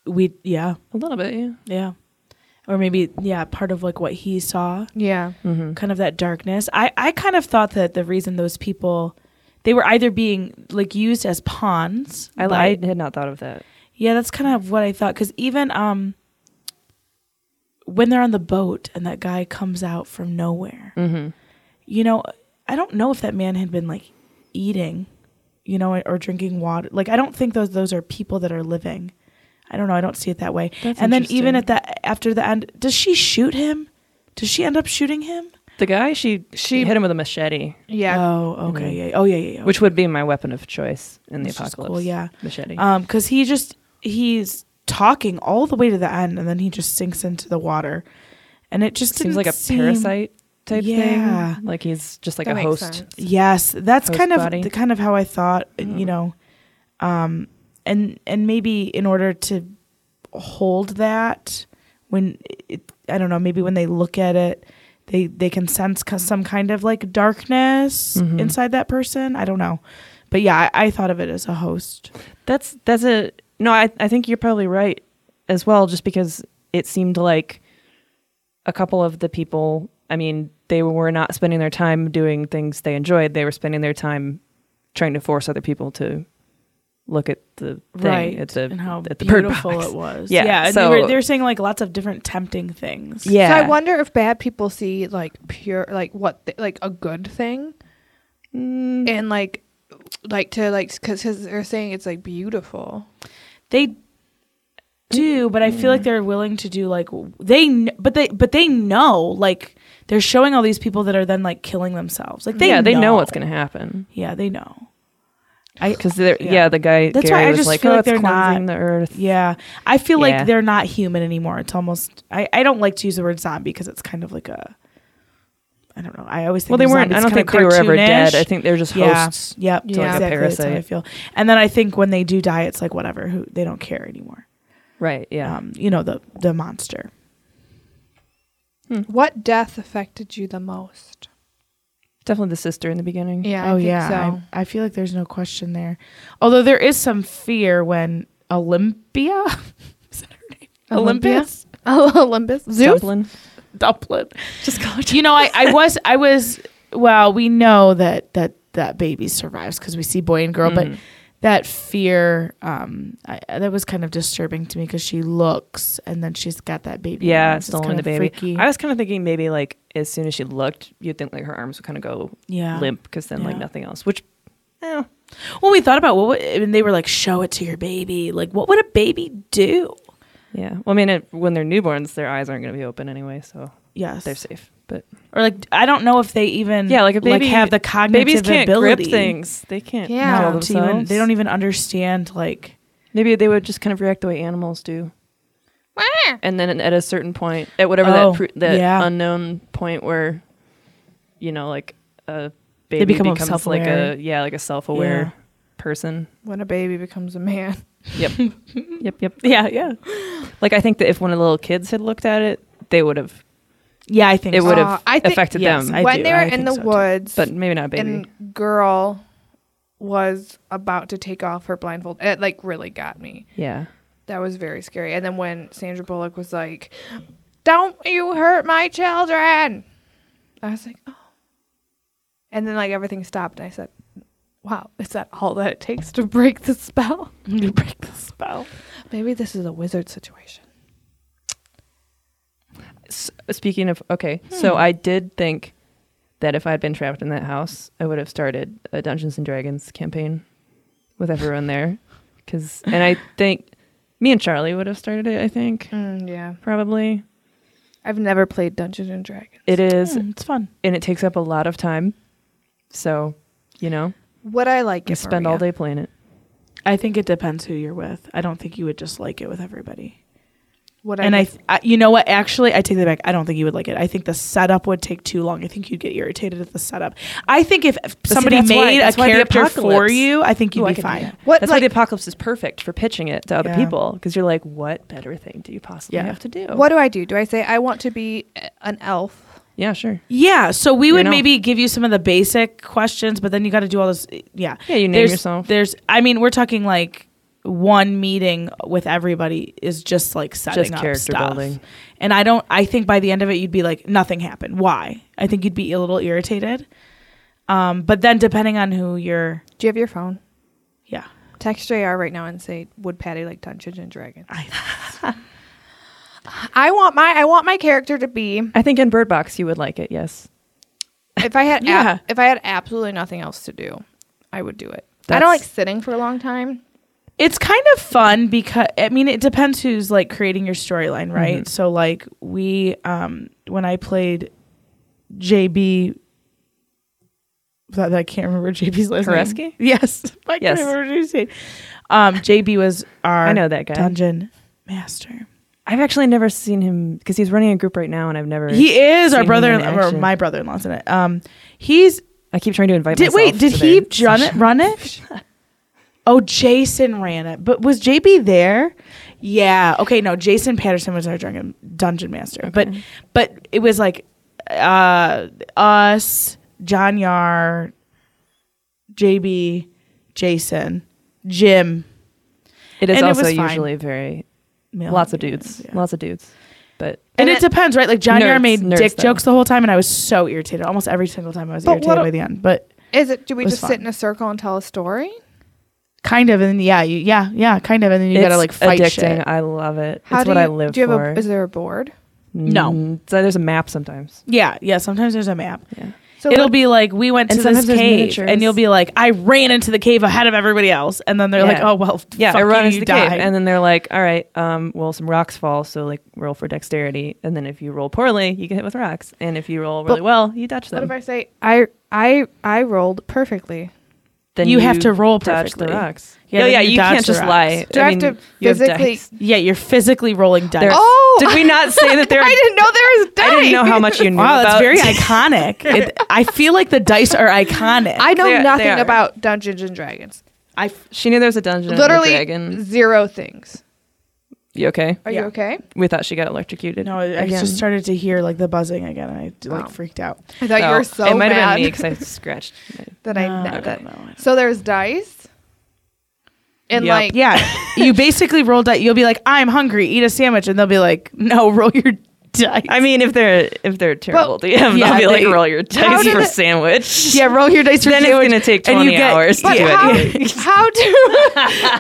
Speaker 2: We yeah.
Speaker 3: a little bit? Yeah.
Speaker 2: Yeah. Or maybe yeah, part of like what he saw,
Speaker 1: Yeah.
Speaker 3: Mm.
Speaker 2: kind of that darkness. I I kind of thought that the reason those people they were either being like used as pawns.
Speaker 3: I,
Speaker 2: by-
Speaker 3: I had not thought of that.
Speaker 2: Yeah, that's kind of what I thought cuz even um when they're on the boat and that guy comes out from nowhere.
Speaker 3: Mm-hmm.
Speaker 2: You know, I don't know if that man had been like eating, you know, or drinking water. Like I don't think those those are people that are living. I don't know. I don't see it that way.
Speaker 3: That's
Speaker 2: and then even
Speaker 3: interesting.
Speaker 2: at the after the end, does she shoot him? Does she end up shooting him?
Speaker 3: The guy she
Speaker 1: She-
Speaker 3: she hit him with a machete,
Speaker 1: Yeah.
Speaker 2: Oh, okay. Yeah. Oh, yeah, yeah. yeah.
Speaker 3: which would be my weapon of choice in the
Speaker 2: Which is
Speaker 3: apocalypse.
Speaker 2: cool, yeah.
Speaker 3: machete.
Speaker 2: Um, because he just he's talking all the way to the end, and then he just sinks into the water, and it just
Speaker 3: Seems
Speaker 2: didn't
Speaker 3: like a
Speaker 2: seem-
Speaker 3: parasite type
Speaker 2: Yeah.
Speaker 3: thing. Like he's just like
Speaker 1: That
Speaker 3: a
Speaker 1: makes
Speaker 3: host.
Speaker 1: sense.
Speaker 2: Yes, that's
Speaker 3: Host
Speaker 2: kind of
Speaker 3: body.
Speaker 2: the kind of how I thought.
Speaker 3: Oh.
Speaker 2: You know, um, and and maybe in order to hold that, when it, I don't know, maybe when they look at it.
Speaker 3: Mm-hmm.
Speaker 2: They, they can sense co- some kind of like darkness inside that person. I don't know, But yeah, I, I thought of it as a host.
Speaker 3: That's that's a no. I I think you're probably right as well, just because it seemed like a couple of the people. I mean, they were not spending their time doing things they enjoyed. They were spending their time trying to force other people to look at the thing
Speaker 2: right.
Speaker 3: at the
Speaker 2: and how
Speaker 3: at the bird
Speaker 2: beautiful
Speaker 3: box.
Speaker 2: it was.
Speaker 3: Yeah,
Speaker 2: and
Speaker 3: so-
Speaker 2: they, were, they were saying like lots of different tempting things.
Speaker 3: *laughs* Yeah,
Speaker 1: So I wonder if bad people see like pure, like what, th- like a good thing,
Speaker 2: Mm.
Speaker 1: and like, like to like because they're saying it's like beautiful.
Speaker 2: They do, but I feel like they're willing to do like they kn- but they but they know like they're showing all these people that are then like killing themselves. Like they
Speaker 3: yeah, they know,
Speaker 2: know
Speaker 3: what's going to happen.
Speaker 2: Yeah, they know.
Speaker 3: Because yeah.
Speaker 2: yeah.
Speaker 3: yeah, the guy
Speaker 2: That's
Speaker 3: Gary
Speaker 2: why I
Speaker 3: was
Speaker 2: just
Speaker 3: like,
Speaker 2: feel
Speaker 3: oh,
Speaker 2: like
Speaker 3: it's
Speaker 2: they're not-
Speaker 3: cleansing the earth.
Speaker 2: Yeah. I feel
Speaker 3: Yeah.
Speaker 2: like they're not human anymore. It's almost I, I don't like to use the word zombie because it's kind of like a I don't know. I always think
Speaker 3: Well, they
Speaker 2: of
Speaker 3: weren't. I
Speaker 2: zombies
Speaker 3: don't
Speaker 2: kind
Speaker 3: think
Speaker 2: of
Speaker 3: they were ever dead.
Speaker 2: cartoonish.
Speaker 3: I think they're just
Speaker 2: yeah.
Speaker 3: hosts.
Speaker 2: Yep.
Speaker 3: to, like, a
Speaker 2: exactly. That's how I
Speaker 3: parasite.
Speaker 2: feel. And then I think when they do die, it's like whatever. Who they don't care anymore.
Speaker 3: Right. Yeah.
Speaker 2: Um, you know the the monster.
Speaker 1: What death affected you the most?
Speaker 3: Definitely the sister in the beginning.
Speaker 1: Yeah. I
Speaker 2: oh
Speaker 1: think
Speaker 2: yeah.
Speaker 1: So.
Speaker 2: I, I feel like there's no question there. Although there is some fear when Olympia. *laughs* is that her name?
Speaker 1: Olympia?
Speaker 2: Olympus.
Speaker 1: Oh, *laughs* Olympus. Zeus.
Speaker 3: Dublin.
Speaker 2: Dublin. Just call it. You know, *laughs* I, I was I was well, we know that that that baby survives because we see boy and girl,
Speaker 3: Mm-hmm.
Speaker 2: but that fear um I, that was kind of disturbing to me because she looks and then she's got that baby.
Speaker 3: Yeah,
Speaker 2: arms. It's
Speaker 3: stolen
Speaker 2: kind
Speaker 3: the
Speaker 2: of
Speaker 3: baby.
Speaker 2: freaky.
Speaker 3: I was kind of thinking maybe like as soon as she looked, you'd think like her arms would kind of go
Speaker 2: Yeah.
Speaker 3: limp because then like
Speaker 2: Yeah.
Speaker 3: nothing else. Which, eh,
Speaker 2: When we thought about what would, and they were like, show it to your baby. Like, what would a baby do?
Speaker 3: yeah. Well, I mean, it, when they're newborns, their eyes aren't going to be open anyway, so
Speaker 2: Yes,
Speaker 3: they're safe. But
Speaker 2: or like I don't know if they even
Speaker 3: yeah, like a baby
Speaker 2: have the cognitive
Speaker 3: babies can't
Speaker 2: ability
Speaker 3: grip things. They can't.
Speaker 1: Yeah.
Speaker 3: Yeah.
Speaker 2: No, to even, they don't even understand like
Speaker 3: Maybe they would just kind of react the way animals do. And then at a certain point, at whatever
Speaker 2: Oh,
Speaker 3: that pr- that
Speaker 2: yeah.
Speaker 3: unknown point where, you know, like a baby
Speaker 2: become
Speaker 3: becomes like a
Speaker 2: self-aware.
Speaker 3: yeah, like a self-aware
Speaker 2: Yeah.
Speaker 3: person.
Speaker 1: When a baby becomes a man.
Speaker 3: Yep. yep. Yep. Yeah. Yeah. Like I think that if one of the little kids had looked at it, they would have.
Speaker 2: yeah, I think
Speaker 3: It
Speaker 2: so.
Speaker 3: would have
Speaker 1: Uh, I think-
Speaker 3: affected
Speaker 2: Yes,
Speaker 3: them,
Speaker 2: I
Speaker 1: when
Speaker 2: do.
Speaker 1: they were
Speaker 2: I
Speaker 1: in
Speaker 2: think
Speaker 1: the
Speaker 2: so, too.
Speaker 1: woods,
Speaker 3: but maybe not a baby.
Speaker 1: and girl was about to take off her blindfold. It like really got me.
Speaker 3: yeah.
Speaker 1: That was very scary. And then when Sandra Bullock was like, "Don't you hurt my children," I was like, "Oh." And then like everything stopped, and I said, "Wow, is that all that it takes to break the
Speaker 2: *laughs*
Speaker 1: spell?
Speaker 2: You break the spell.
Speaker 1: Maybe this is a wizard situation."
Speaker 3: S- speaking of okay, so
Speaker 2: Hmm.
Speaker 3: I did think that if I had been trapped in that house, I would have started a Dungeons and Dragons campaign with everyone there, because and I think me and Charlie would have started it. I think
Speaker 1: Mm, yeah,
Speaker 3: probably
Speaker 1: I've never played Dungeons and Dragons.
Speaker 3: it is,
Speaker 2: Mm, it's fun.
Speaker 3: and it takes up a lot of time. So, you know,
Speaker 1: Would I like
Speaker 3: you
Speaker 1: it?
Speaker 3: spend all day playing it.
Speaker 2: I think it depends who you're with. I don't think you would just like it with everybody.
Speaker 1: Would
Speaker 2: and
Speaker 1: I
Speaker 2: I,
Speaker 1: get
Speaker 2: th- I, you know what? Actually, I take that back. I don't think you would like it. I think the setup would take too long. I think you'd get irritated at the setup. I think if if
Speaker 3: see,
Speaker 2: somebody
Speaker 3: that's why-
Speaker 2: made a
Speaker 3: that's why the
Speaker 2: character for
Speaker 3: apocalypse-
Speaker 2: you, I think you'd
Speaker 3: Ooh, I
Speaker 2: be
Speaker 3: could do
Speaker 2: fine.
Speaker 3: that.
Speaker 1: What,
Speaker 3: That's why
Speaker 1: like-
Speaker 3: the apocalypse is perfect for pitching it to other
Speaker 2: Yeah.
Speaker 3: people because you're like, what better thing do you possibly
Speaker 2: Yeah.
Speaker 3: have to do?
Speaker 1: What do I do? Do I say I want to be a- an elf?
Speaker 3: Yeah, sure.
Speaker 2: Yeah, so we would
Speaker 3: know?
Speaker 2: maybe give you some of the basic questions, but then you got to do all this. eh, Yeah,
Speaker 3: Yeah, you name
Speaker 2: there's,
Speaker 3: yourself.
Speaker 2: There's, I mean, we're talking like one meeting with everybody is just like setting
Speaker 3: Just
Speaker 2: up
Speaker 3: character
Speaker 2: stuff.
Speaker 3: building.
Speaker 2: And I don't. I think by the end of it, you'd be like, nothing happened. Why? I think you'd be a little irritated. Um, but then depending on who you're,
Speaker 1: Do you have your phone?
Speaker 2: yeah,
Speaker 1: Text JR right now and say, "Would Patty like Dungeons and Dragons?"
Speaker 2: I-
Speaker 1: *laughs* I want my I want my character to be
Speaker 3: I think in Bird Box you would like it. Yes,
Speaker 1: if I
Speaker 3: *laughs*
Speaker 1: had
Speaker 2: Yeah.
Speaker 1: ab- if I had absolutely nothing else to do, I would do it. I don't
Speaker 3: That's-
Speaker 1: like sitting for a long time.
Speaker 2: it's kind of fun because I mean it depends who's like creating your storyline,
Speaker 3: Mm-hmm.
Speaker 2: right? So like we um when I played JB that, that I can't remember JB's last name.
Speaker 3: Koreski?
Speaker 2: *laughs* Yes. I
Speaker 3: Yes.
Speaker 2: can't remember his name. Um JB was our
Speaker 3: I know that guy.
Speaker 2: dungeon master.
Speaker 3: I've actually never seen him because he's running a group right now, and I've never.
Speaker 2: He is
Speaker 3: seen
Speaker 2: our
Speaker 3: him
Speaker 2: brother
Speaker 3: in
Speaker 2: in or
Speaker 3: action.
Speaker 2: my brother in law's in it. Um he's
Speaker 3: I keep trying to invite.
Speaker 2: did
Speaker 3: myself
Speaker 2: wait, did
Speaker 3: to
Speaker 2: he
Speaker 3: their
Speaker 2: run it
Speaker 3: session.
Speaker 2: run
Speaker 3: *laughs*
Speaker 2: it? Oh, Jason ran it. But was JB there? Yeah. Okay, no, Jason Patterson was our dungeon, dungeon master. But but it was like uh us, John Yar, JB, Jason, Jim.
Speaker 3: It is
Speaker 2: And it
Speaker 3: also
Speaker 2: was fine.
Speaker 3: usually very
Speaker 2: Yeah.
Speaker 3: lots of dudes,
Speaker 2: Yeah.
Speaker 3: lots of dudes. But
Speaker 2: And, it, depends, right? Like John Yar
Speaker 3: Nerds,
Speaker 2: made
Speaker 3: nerds,
Speaker 2: dick
Speaker 3: though.
Speaker 2: jokes the whole time, and I was so irritated. Almost every single time, I was
Speaker 1: But
Speaker 2: irritated
Speaker 1: what-
Speaker 2: by the end. But
Speaker 1: Is it? Do we
Speaker 2: It was
Speaker 1: just
Speaker 2: fun.
Speaker 1: sit in a circle and tell a story?
Speaker 2: kind of, and yeah, you, yeah, yeah, kind of, and then you gotta
Speaker 3: it's
Speaker 2: like fight
Speaker 3: addicting.
Speaker 2: shit.
Speaker 3: I love it.
Speaker 1: How
Speaker 3: it's
Speaker 1: do
Speaker 3: what
Speaker 1: you,
Speaker 3: I live
Speaker 1: do you have
Speaker 3: for.
Speaker 1: A, is there a board?
Speaker 2: No.
Speaker 3: Mm, so there's a map sometimes.
Speaker 2: Yeah, yeah. Sometimes there's a map.
Speaker 3: Yeah.
Speaker 1: So
Speaker 2: It'll
Speaker 1: what-
Speaker 2: be like we went
Speaker 3: And
Speaker 2: to this
Speaker 3: sometimes there's
Speaker 2: cave,
Speaker 3: miniatures.
Speaker 2: and you'll be like, I ran into the cave ahead of everybody else, and then they're like,
Speaker 3: Yeah.
Speaker 2: Oh well,
Speaker 3: Yeah,
Speaker 2: fuck
Speaker 3: I run
Speaker 2: you,
Speaker 3: into
Speaker 2: you
Speaker 3: the
Speaker 2: die.
Speaker 3: cave, and then they're like, "All right, um, well, some rocks fall, so like roll for dexterity, and then if you roll poorly, you get hit with rocks, and if you roll really
Speaker 1: But-
Speaker 3: well, you dodge
Speaker 1: What
Speaker 3: them.
Speaker 1: if I say I I I rolled perfectly?
Speaker 3: then
Speaker 2: You have to roll
Speaker 3: dodge
Speaker 2: perfectly.
Speaker 3: the rocks.
Speaker 2: Yeah,
Speaker 3: Yeah,
Speaker 2: then
Speaker 3: yeah,
Speaker 2: you
Speaker 3: you,
Speaker 2: dodge
Speaker 3: can't
Speaker 2: the
Speaker 3: just
Speaker 2: rocks.
Speaker 3: lie.
Speaker 1: Do I have to
Speaker 3: you
Speaker 1: physically-
Speaker 3: dice.
Speaker 2: yeah, you're physically rolling dice.
Speaker 3: There-
Speaker 1: *laughs* Oh,
Speaker 3: did we not
Speaker 1: *laughs*
Speaker 3: say that there?
Speaker 1: I didn't know there was dice.
Speaker 3: I didn't know *laughs* how much
Speaker 2: *laughs*
Speaker 3: you knew
Speaker 2: Wow, that's
Speaker 3: about. *laughs*
Speaker 2: very iconic. It, I feel like the dice are iconic.
Speaker 1: I know
Speaker 3: They are- they
Speaker 1: nothing
Speaker 3: are.
Speaker 1: about Dungeons and Dragons.
Speaker 2: I
Speaker 3: she knew there was a dungeon. and a
Speaker 1: Literally
Speaker 3: dragon.
Speaker 1: zero things.
Speaker 3: You okay?
Speaker 1: Are
Speaker 2: Yeah.
Speaker 1: you okay?
Speaker 3: We thought she got electrocuted.
Speaker 2: no, I
Speaker 3: again.
Speaker 2: just started to hear like the buzzing again, and I like
Speaker 1: Wow.
Speaker 2: freaked out.
Speaker 1: I thought you
Speaker 3: Oh,
Speaker 1: were so
Speaker 3: It might
Speaker 1: mad
Speaker 3: have been me because I
Speaker 2: *laughs*
Speaker 3: scratched. my-
Speaker 1: *laughs* that I
Speaker 2: No,
Speaker 1: know that.
Speaker 2: no, no.
Speaker 1: So there's dice, and
Speaker 3: Yep.
Speaker 1: like
Speaker 3: *laughs*
Speaker 2: Yeah, you basically roll dice. You'll be like, "I'm hungry, eat a sandwich," and they'll be like, "No, *laughs* roll your dice."
Speaker 3: I mean, if they're if they're terrible,
Speaker 1: Well,
Speaker 3: *laughs* DM,
Speaker 2: yeah,
Speaker 3: yeah, they'll be
Speaker 2: they-
Speaker 3: like roll your dice
Speaker 1: did
Speaker 3: for
Speaker 1: it-
Speaker 3: sandwich.
Speaker 2: yeah, roll your dice. for
Speaker 3: Then it's
Speaker 2: sandwich,
Speaker 3: gonna take
Speaker 2: and you
Speaker 3: 20 hours to
Speaker 1: But
Speaker 3: do it. *laughs*
Speaker 1: how, how do?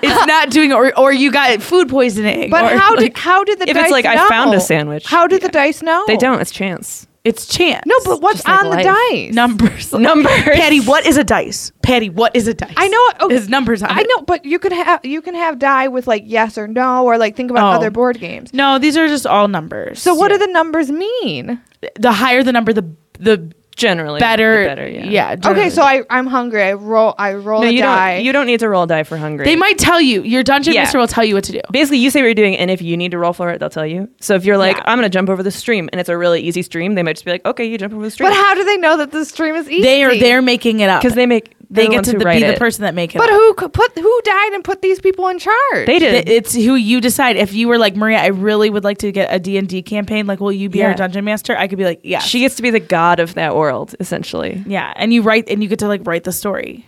Speaker 2: it's not doing it, or or you got food poisoning.
Speaker 1: But
Speaker 2: or,
Speaker 1: how
Speaker 2: like,
Speaker 1: did how did the
Speaker 3: if
Speaker 1: dice
Speaker 3: it's like
Speaker 1: know?
Speaker 3: I found a sandwich,
Speaker 1: How did the dice know?
Speaker 3: they don't? It's chance
Speaker 2: it's chance?
Speaker 1: No, but what's
Speaker 3: just like
Speaker 1: on the
Speaker 3: life.
Speaker 1: dice?
Speaker 2: numbers.
Speaker 3: numbers.
Speaker 2: *laughs* Patty, what is a dice? Patty, what is a dice?
Speaker 1: I know. Okay.
Speaker 2: There's numbers on
Speaker 1: I
Speaker 2: it.
Speaker 1: know, but you could have you can have die with like yes or no, or like think about
Speaker 2: Oh.
Speaker 1: other board games.
Speaker 2: No, these are just all numbers.
Speaker 1: So what
Speaker 2: Yeah.
Speaker 1: do the numbers mean?
Speaker 2: the higher the number, the the
Speaker 3: generally
Speaker 2: better.
Speaker 3: the better. Yeah.
Speaker 2: generally.
Speaker 1: Okay, so I I'm hungry. I roll I roll
Speaker 3: No,
Speaker 1: a
Speaker 3: you
Speaker 1: die.
Speaker 3: don't. You don't need to roll a die for hungry.
Speaker 2: they might tell you. Your dungeon
Speaker 3: Yeah.
Speaker 2: master will tell you what to do.
Speaker 3: Basically, you say what you're doing, and if you need to roll for it, they'll tell you. So if you're like,
Speaker 2: Yeah.
Speaker 3: I'm gonna jump over the stream, and it's a really easy stream, they might just be like, Okay, you jump over the stream.
Speaker 1: but how do they know that the stream is easy?
Speaker 2: They are they're making it up
Speaker 3: Because they make
Speaker 2: they
Speaker 3: they're the
Speaker 2: get
Speaker 3: ones
Speaker 2: to
Speaker 3: who
Speaker 2: the,
Speaker 3: write
Speaker 2: be the
Speaker 3: it.
Speaker 2: person that make it.
Speaker 1: But
Speaker 2: up.
Speaker 1: who co- put who died and put these people in charge?
Speaker 3: They
Speaker 2: Th-
Speaker 3: did.
Speaker 2: It's who you decide. If you were like Maria, I really would like to get a D and D campaign. Like, will you be our
Speaker 3: Yeah.
Speaker 2: dungeon master? I could be like, yeah,
Speaker 3: she gets to be the god of that world, essentially.
Speaker 2: yeah. And you write, and you get to like write the story.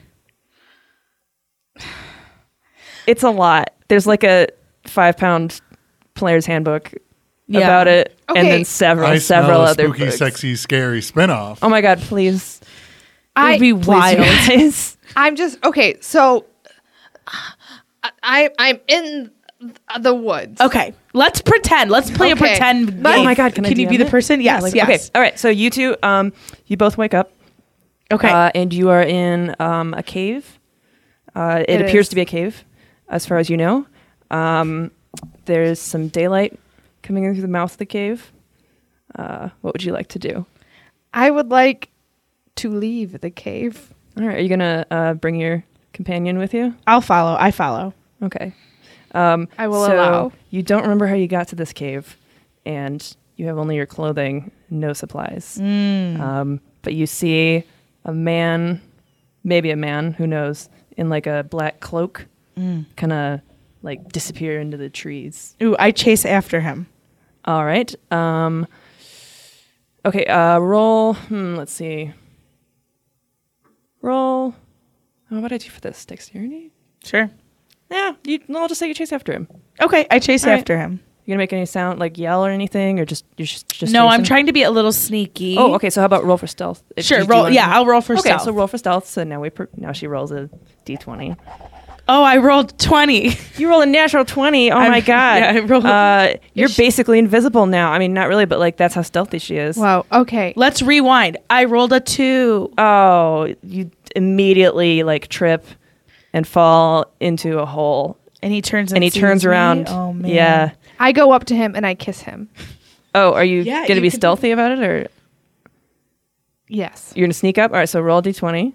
Speaker 3: It's a lot. There's like a five pound player's handbook
Speaker 2: Yeah.
Speaker 3: about it, and
Speaker 1: Okay.
Speaker 3: then several,
Speaker 6: I smell
Speaker 3: several
Speaker 6: a
Speaker 3: other
Speaker 6: spooky,
Speaker 3: books.
Speaker 6: sexy, scary spinoff.
Speaker 3: Oh my god! Please,
Speaker 2: It
Speaker 1: I
Speaker 2: would be
Speaker 3: please,
Speaker 2: wild.
Speaker 3: you *laughs* guys.
Speaker 1: I'm just okay. So I I'm in the woods.
Speaker 2: Okay, let's pretend. Let's play a
Speaker 1: Okay.
Speaker 2: pretend.
Speaker 1: Let's-
Speaker 2: game.
Speaker 1: Oh my
Speaker 3: God, can I
Speaker 2: you
Speaker 3: DM
Speaker 2: be the
Speaker 3: it?
Speaker 2: person? Yes.
Speaker 3: Like,
Speaker 2: yes.
Speaker 3: Okay. All right. So you two, um, you both wake up.
Speaker 2: Okay.
Speaker 3: Uh, and you are in um, a cave. Uh,
Speaker 1: It
Speaker 3: it, appears
Speaker 1: is.
Speaker 3: to be a cave, as far as you know. Um, there's some daylight coming in through the mouth of the cave. Uh, what would you like to do?
Speaker 1: I would like to leave the cave.
Speaker 3: All right. Are you gonna uh, bring your companion with you?
Speaker 2: I'll follow. I follow.
Speaker 3: Okay. Um,
Speaker 1: I will
Speaker 3: so
Speaker 1: allow.
Speaker 3: You don't remember how you got to this cave, and you have only your clothing, no supplies.
Speaker 1: Mm.
Speaker 3: Um, but you see a man, maybe a man, who knows, in like a black cloak,
Speaker 1: Mm.
Speaker 3: kind of like disappear into the trees.
Speaker 2: Ooh, I chase after him.
Speaker 3: All right. Um, okay. Uh, roll. Hmm, let's see. Roll. Oh, what did I do for this? Dexterity?
Speaker 2: Sure.
Speaker 3: Yeah, you, I'll just say you chase after him.
Speaker 2: Okay, I chase
Speaker 3: All right.
Speaker 2: after him.
Speaker 3: You gonna make any sound like yell or anything, or just you're just just?
Speaker 2: no, I'm
Speaker 3: chasing?
Speaker 2: trying to be a little sneaky.
Speaker 3: Oh, okay. So how about roll for stealth? If
Speaker 2: Sure,
Speaker 3: you do
Speaker 2: roll-
Speaker 3: wanna-
Speaker 2: yeah, I'll roll for
Speaker 3: okay,
Speaker 2: stealth.
Speaker 3: so roll for stealth. So now we per- now she rolls a d20.
Speaker 2: Oh, I rolled twenty. *laughs*
Speaker 3: You roll a natural 20. Oh
Speaker 2: I-
Speaker 3: my god.
Speaker 2: *laughs* yeah, I rolled- *laughs*
Speaker 3: Uh, you're basically invisible now. I mean, not really, but like that's how stealthy she is.
Speaker 1: Wow. Okay.
Speaker 2: Let's rewind. I rolled a two.
Speaker 3: Oh, you immediately like trip and fall into a hole,
Speaker 2: And he turns
Speaker 3: and he
Speaker 2: sees
Speaker 3: turns
Speaker 2: me.
Speaker 3: around.
Speaker 2: Oh man.
Speaker 3: Yeah.
Speaker 1: I go up to him and I kiss him.
Speaker 3: Oh, are you
Speaker 2: Yeah,
Speaker 3: gonna
Speaker 2: you
Speaker 3: be
Speaker 2: could-
Speaker 3: stealthy about it, or
Speaker 1: Yes.
Speaker 3: you're gonna sneak up? All right. So roll a d20.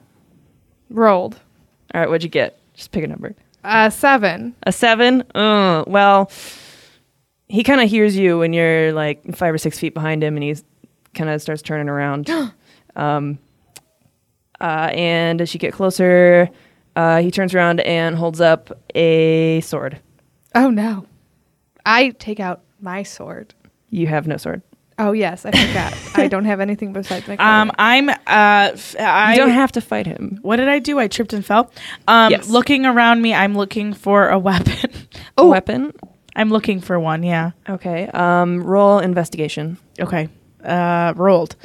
Speaker 1: Rolled.
Speaker 3: All right. What'd you get? Just pick a number.
Speaker 1: Uh, seven.
Speaker 3: A seven? Uh, well, he kind of hears you when you're like five or six feet behind him, and he kind of starts turning around. um, uh, and as you get closer, uh, he turns around and holds up a sword.
Speaker 1: Oh no. I take out my sword.
Speaker 3: You have no sword.
Speaker 1: Oh yes, I forgot. I don't have anything besides
Speaker 2: *laughs*
Speaker 1: my.
Speaker 2: Um,
Speaker 1: Um,
Speaker 2: I'm. Uh, f- I
Speaker 3: You don't have to fight him.
Speaker 2: What did I do? I tripped and fell. Um,
Speaker 3: Yes.
Speaker 2: Looking around me, I'm looking for a *laughs* weapon.
Speaker 3: Oh. Weapon.
Speaker 2: I'm looking for one. Yeah.
Speaker 3: Okay. Um, roll investigation.
Speaker 2: Okay. Uh, rolled.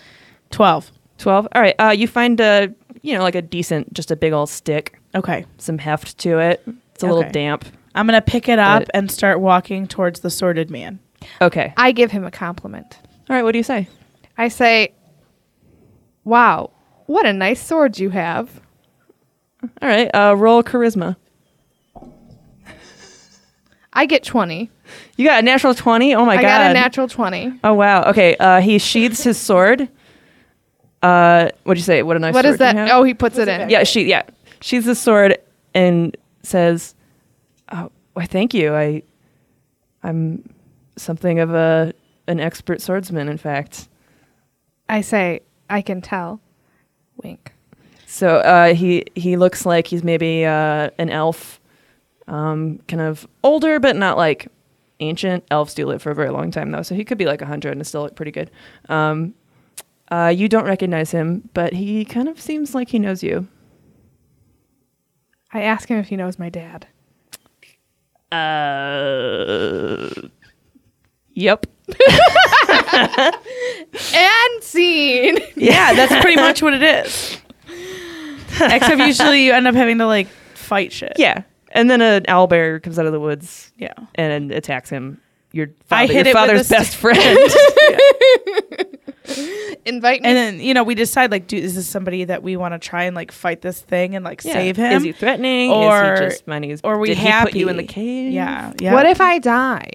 Speaker 2: Twelve.
Speaker 3: 12. All right. Uh, you find a, you know, like a decent, just a big old stick,
Speaker 2: Okay.
Speaker 3: some heft to it. It's a
Speaker 2: Okay.
Speaker 3: little damp.
Speaker 2: I'm gonna pick it up
Speaker 3: But-
Speaker 2: and start walking towards the sordid
Speaker 3: *laughs*
Speaker 2: man.
Speaker 3: Okay.
Speaker 1: I give him a compliment.
Speaker 3: All right. What do you say?
Speaker 1: I say, "Wow, what a nice sword you have."
Speaker 3: All right. Uh, roll charisma.
Speaker 1: I get twenty.
Speaker 3: You got a natural 20? Oh my
Speaker 1: I
Speaker 3: God.
Speaker 1: got a natural twenty.
Speaker 3: Oh, wow. Okay. Uh, he sheathes his sword. Uh, what'd you say? What a nice
Speaker 1: What
Speaker 3: sword
Speaker 1: is that?
Speaker 3: you have.
Speaker 1: Oh, he puts it in.
Speaker 3: yeah. She, yeah. Sheathes his sword and says, oh, why, thank you. I, I'm something of a, an expert swordsman, in fact.
Speaker 1: I say, "I can tell." Wink.
Speaker 3: So uh, he he looks like he's maybe uh, an elf, um, kind of older, but not like ancient. Elves do live for a very long time though, so he could be like hundred and still look pretty good. Um, uh, you don't recognize him, but he kind of seems like he knows you.
Speaker 1: I ask him if he knows my dad.
Speaker 3: Yep.
Speaker 1: And scene.
Speaker 2: Yeah, that's pretty much what it
Speaker 3: *laughs*
Speaker 2: is. Except usually you end up having to like fight shit.
Speaker 3: Yeah. And then an owl bear comes out of the woods
Speaker 2: Yeah.
Speaker 3: and attacks him. Your,
Speaker 2: I hit
Speaker 3: father,
Speaker 2: it
Speaker 3: your
Speaker 2: with
Speaker 3: father's
Speaker 2: a stick.
Speaker 3: best friend.
Speaker 1: *laughs*
Speaker 2: *laughs*
Speaker 3: *laughs*
Speaker 1: Invite me.
Speaker 2: And then you know we decide like, do is this somebody that we want to try and like fight this thing and like save him?
Speaker 3: Is he threatening?
Speaker 2: Or-
Speaker 3: is he just money?
Speaker 2: or we
Speaker 3: did
Speaker 2: happy?
Speaker 3: he put you in the cage?
Speaker 2: Yeah. Yeah.
Speaker 1: What if I die?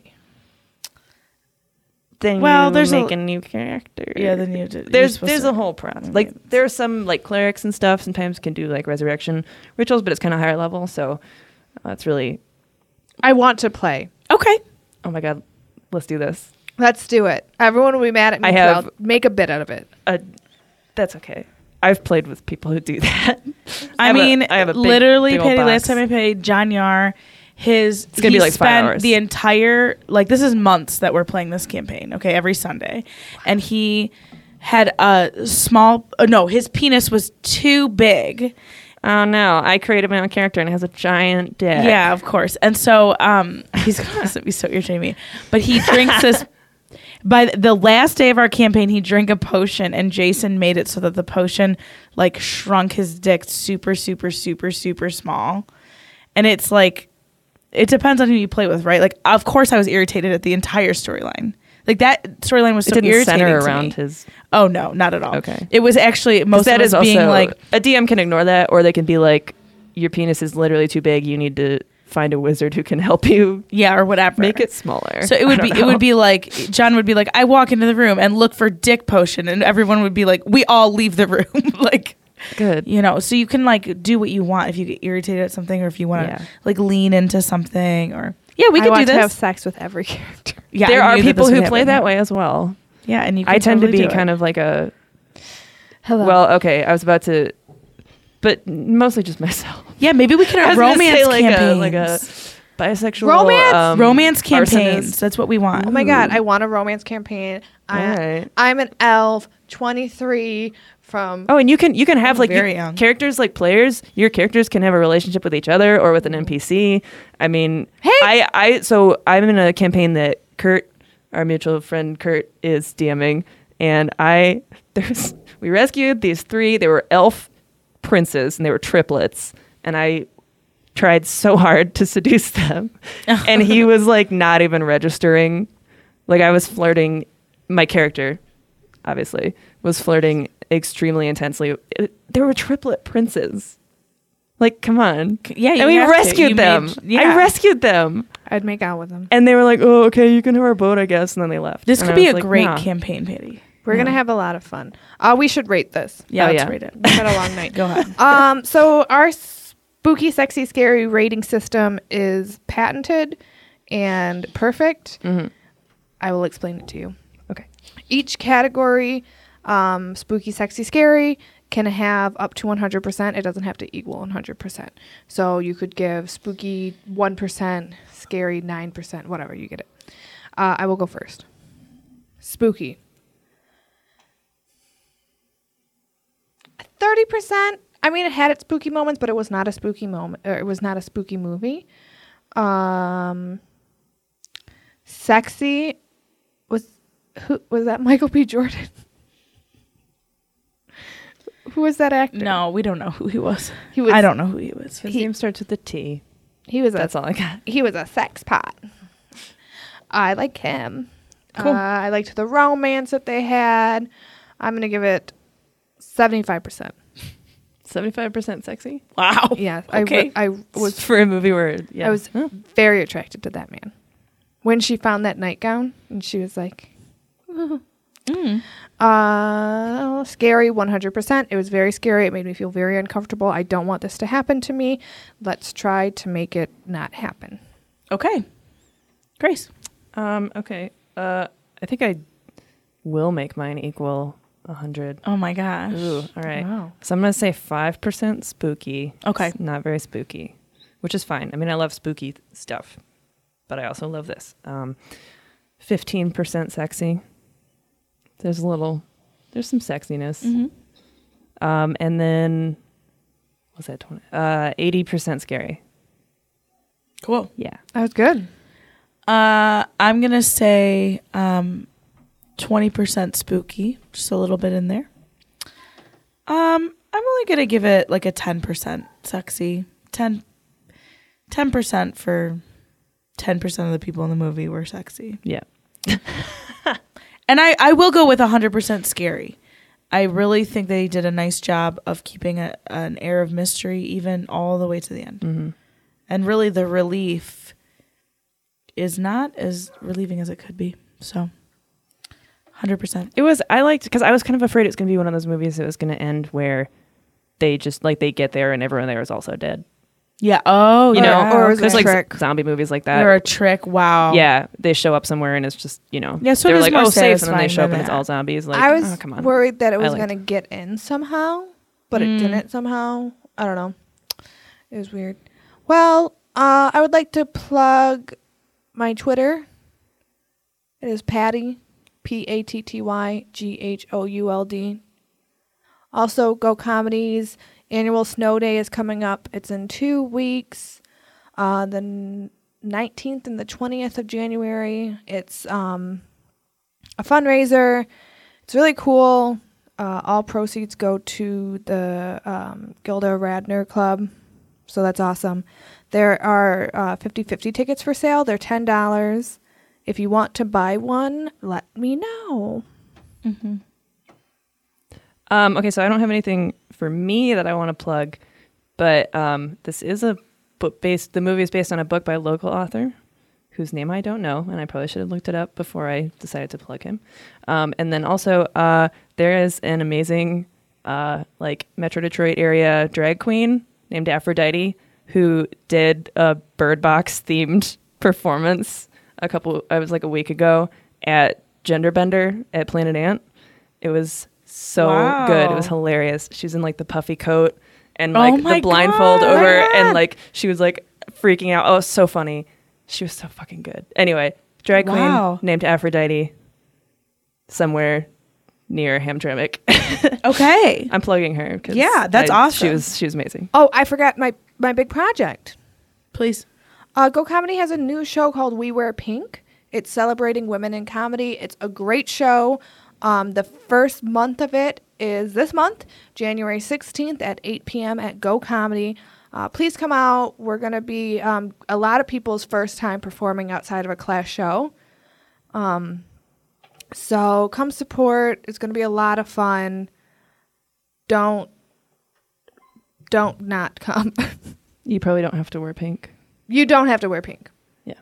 Speaker 3: then
Speaker 2: Well,
Speaker 3: you
Speaker 2: there's a-
Speaker 3: make a, new character.
Speaker 2: Yeah, then you. did- you're
Speaker 3: there's
Speaker 2: supposed
Speaker 3: there's
Speaker 2: to-
Speaker 3: a whole process. Like there are some like clerics and stuff sometimes can do like resurrection rituals, but it's kind of higher level. So that's really
Speaker 1: I want to play.
Speaker 2: Okay.
Speaker 3: oh my god, let's do this.
Speaker 1: Let's do it. Everyone will be mad at me.
Speaker 3: I
Speaker 1: so
Speaker 3: have-
Speaker 1: I'll make a bit out of it.
Speaker 3: Uh, that's okay. I've played with people who do *laughs* that.
Speaker 2: I,
Speaker 3: have a-
Speaker 2: mean,
Speaker 3: I have a big-
Speaker 2: literally,
Speaker 3: big old
Speaker 2: Patty. Last
Speaker 3: box.
Speaker 2: time I played John Yar, his it's
Speaker 3: gonna be like five hours.
Speaker 2: the entire like this is months that we're playing this campaign. Okay, every Sunday, and he had a small uh, no, his penis was too big.
Speaker 3: Oh no, I created my own character and it has a giant dick.
Speaker 2: Yeah, of course. And so um, *laughs* he's going to be so irritating me. But he drinks
Speaker 3: *laughs*
Speaker 2: this. By the last day of our campaign, he drank a potion, and Jason made it so that the potion like shrunk his dick super, super, super, super small. And it's like, it depends on who you play with, right? Like, of course, I was irritated at the entire storyline. Like that storyline was
Speaker 3: it
Speaker 2: so
Speaker 3: didn't
Speaker 2: irritating
Speaker 3: center
Speaker 2: to
Speaker 3: around
Speaker 2: me.
Speaker 3: his.
Speaker 2: Oh no, not at all.
Speaker 3: Okay.
Speaker 2: it was actually most
Speaker 3: That
Speaker 2: of us
Speaker 3: is also
Speaker 2: being like,
Speaker 3: a DM can ignore that, or they can be like, your penis is literally too big. You need to find a wizard who can help you
Speaker 2: yeah, or whatever.
Speaker 3: make it smaller. *laughs*
Speaker 2: So it
Speaker 3: I
Speaker 2: would *laughs*
Speaker 3: don't
Speaker 2: be it
Speaker 3: know.
Speaker 2: would be like John would be like, I walk into the room and look for dick potion, and everyone would be like, we all leave the room, *laughs* like
Speaker 3: good.
Speaker 2: you know. So you can like do what you want if you get irritated at something or if you want to
Speaker 3: Yeah.
Speaker 2: like lean into something or yeah, we
Speaker 1: I
Speaker 2: could do
Speaker 1: want
Speaker 2: this. Hmm.
Speaker 1: to have sex with every *laughs* character.
Speaker 2: yeah,
Speaker 3: there
Speaker 2: I
Speaker 3: are
Speaker 2: knew that
Speaker 3: people
Speaker 2: this
Speaker 3: who
Speaker 2: would
Speaker 3: play
Speaker 2: happen.
Speaker 3: that way as well.
Speaker 2: Yeah, and you. Can
Speaker 3: I tend to
Speaker 2: totally
Speaker 3: be
Speaker 2: do it.
Speaker 3: kind of like a
Speaker 1: Hello.
Speaker 3: well, okay, I was about to, but mostly just myself. *laughs*
Speaker 2: yeah. Maybe we could
Speaker 3: I
Speaker 2: have
Speaker 3: was gonna
Speaker 2: romance
Speaker 3: say, like a
Speaker 2: campaigns.
Speaker 3: like a bisexual
Speaker 1: Romance?
Speaker 3: um,
Speaker 2: romance campaigns.
Speaker 3: arsonist.
Speaker 2: That's what we want.
Speaker 1: oh my god, I want a romance campaign. I,
Speaker 3: Alright.
Speaker 1: I'm an elf, 23 from.
Speaker 3: Oh, and you can you can have like you-
Speaker 2: Very young.
Speaker 3: characters like players. Your characters can have a relationship with each other or with an NPC. I mean, hey, I I so I'm in a campaign that Kurt, our mutual friend Kurt, is DMing, and I *laughs* there's we rescued these three. They were elf princes and they were triplets, and I tried so hard to seduce
Speaker 2: *laughs*
Speaker 3: *laughs* them, and he was like not even registering. Like I was flirting, my character obviously, was flirting extremely intensely. It- there were triplet princes. Like, come on.
Speaker 2: yeah, you
Speaker 3: and we
Speaker 2: have to.
Speaker 3: rescued
Speaker 2: You
Speaker 3: them.
Speaker 2: made- yeah.
Speaker 3: I rescued them.
Speaker 1: I'd make out with them.
Speaker 3: And they were like, oh, okay, you can have our boat, I guess. And then they left.
Speaker 2: This
Speaker 3: And
Speaker 2: could
Speaker 3: I
Speaker 2: be
Speaker 3: was
Speaker 2: a
Speaker 3: like,
Speaker 2: great
Speaker 3: nah.
Speaker 2: campaign, Patty.
Speaker 1: We're going to have a lot of fun. Uh, we should rate this.
Speaker 2: Yeah,
Speaker 3: Oh,
Speaker 2: let's
Speaker 3: yeah.
Speaker 2: read it.
Speaker 1: We had a long night.
Speaker 2: *laughs* Go ahead.
Speaker 1: *laughs* Um, so our spooky, sexy, scary rating system is patented and perfect.
Speaker 2: Mm.
Speaker 3: Mm-hmm.
Speaker 1: I will explain it to you.
Speaker 3: Okay.
Speaker 1: Each category, um, spooky, sexy, scary, can have up to 100%. It doesn't have to equal 100%. So you could give spooky 1%, scary 9%, whatever, you get it. Uh, I will go first. Spooky. percent. I mean, it had its spooky moments, but it was not a spooky moment. Or it was not a spooky movie. Um, sexy was who was that? *laughs* Michael B. Jordan. who was that actor?
Speaker 2: No, we don't know who he was.
Speaker 1: He was-
Speaker 2: I don't know who he was.
Speaker 3: His name starts with a T.
Speaker 1: he was.
Speaker 3: That's
Speaker 1: a,
Speaker 3: all I got.
Speaker 1: He was a sex pot. I like him. Uh, I liked the romance that they had. I'm gonna give it seventy-five percent.
Speaker 3: Seventy-five percent sexy.
Speaker 2: Wow.
Speaker 1: Yes,
Speaker 3: Oh, Okay.
Speaker 1: I, w- I was
Speaker 3: for a movie where yeah.
Speaker 1: I was
Speaker 3: Huh.
Speaker 1: very attracted to that man. When she found that nightgown and she was like,
Speaker 2: Mm.
Speaker 1: uh, scary 100%. It was very scary. It made me feel very uncomfortable. I don't want this to happen to me. Let's try to make it not happen.
Speaker 2: Okay. Grace.
Speaker 3: Um, okay. Uh, I think I will make mine equal hundred.
Speaker 2: Oh my gosh.
Speaker 3: Ooh, all right.
Speaker 1: Wow.
Speaker 3: So I'm gonna say five percent spooky.
Speaker 2: Okay.
Speaker 3: It's not very spooky, which is fine. I mean, I love spooky th- stuff, but I also love this. Um, Fifteen percent sexy. There's a little, there's some sexiness.
Speaker 1: Mm-hmm.
Speaker 3: Um, and then, what's that twenty? Uh, eighty percent scary.
Speaker 2: Cool.
Speaker 3: Yeah.
Speaker 1: That was good.
Speaker 2: Uh, I'm gonna say um, 20% spooky, just a little bit in there. Um, I'm only gonna give it like a 10% sexy. 10 10% for 10% of the people in the movie were sexy.
Speaker 3: Yeah.
Speaker 2: And I, I will go with 100% scary. I really think they did a nice job of keeping a, an air of mystery even all the way to the end.
Speaker 1: Mm-hmm.
Speaker 2: And really, the relief is not as relieving as it could be. So, 100%.
Speaker 3: It was. I liked because I was kind of afraid it was going to be one of those movies that was going to end where they just like they get there and everyone there is also dead.
Speaker 2: Yeah. Oh,
Speaker 3: You
Speaker 1: yeah.
Speaker 3: know,
Speaker 1: Or it was a
Speaker 3: there's like
Speaker 1: trick.
Speaker 3: z- zombie movies like that.
Speaker 2: Or a trick. Wow.
Speaker 3: yeah, they show up somewhere and it's just you know.
Speaker 2: Yeah, so it
Speaker 3: they're
Speaker 2: was
Speaker 3: like
Speaker 2: more
Speaker 3: oh safe, and then they
Speaker 2: satisfying
Speaker 3: show up
Speaker 2: than
Speaker 3: and it's
Speaker 2: that.
Speaker 3: all zombies. Like
Speaker 1: I was
Speaker 3: oh, come on.
Speaker 1: worried that it was
Speaker 3: liked Mm.
Speaker 1: going to get in somehow, but it didn't somehow. I don't know. It was weird. Well, uh, I would like to plug my Twitter. It is Patty, P A T T Y G H O U L D. Also, Go Comedies annual snow day is coming up. It's in two weeks, uh, the n- 19th and the 20th of January. It's um, a fundraiser. It's really cool. Uh, all proceeds go to the um, Gilda Radner Club. So that's awesome. There are uh, 50 50 tickets for sale. They're $10. If you want to buy one, let me know.
Speaker 3: Um, okay, so I don't have anything for me that I want to plug, but um, this is a book based. The movie is based on a book by a local author whose name I don't know, and I probably should have looked it up before I decided to plug him. Um, and then also, uh, there is an amazing uh, like Metro Detroit area drag queen named Aphrodite who did a Bird Box themed *laughs* performance a couple. I was like a week ago at Genderbender at Planet Ant. It was so
Speaker 2: Wow.
Speaker 3: good. It was hilarious. She's in like the puffy coat and
Speaker 2: Oh
Speaker 3: like
Speaker 2: my
Speaker 3: the blindfold
Speaker 2: God.
Speaker 3: over,
Speaker 2: Oh my
Speaker 3: and
Speaker 2: God.
Speaker 3: like she was like freaking out. Oh, it's so funny. She was so fucking good. Anyway, drag queen
Speaker 2: Wow.
Speaker 3: named Aphrodite, somewhere near Hamtramck. *laughs*
Speaker 2: Okay.
Speaker 3: I'm plugging her. 'cause
Speaker 2: Yeah, that's awesome.
Speaker 3: She was she was amazing.
Speaker 1: Oh, I forgot my, my big project.
Speaker 2: Please.
Speaker 1: Uh, Go Comedy has a new show called We Wear Pink. It's celebrating women in comedy. It's a great show. Um, the first month of it is this month, January 16th at 8 p.m. at Go Comedy. Uh, please come out. We're going to be um, a lot of people's first time performing outside of a class show. Um, so come support. It's going to be a lot of fun. Don't don't not come. *laughs*
Speaker 3: You probably don't have to wear pink.
Speaker 1: you don't have to wear pink.
Speaker 3: Yeah.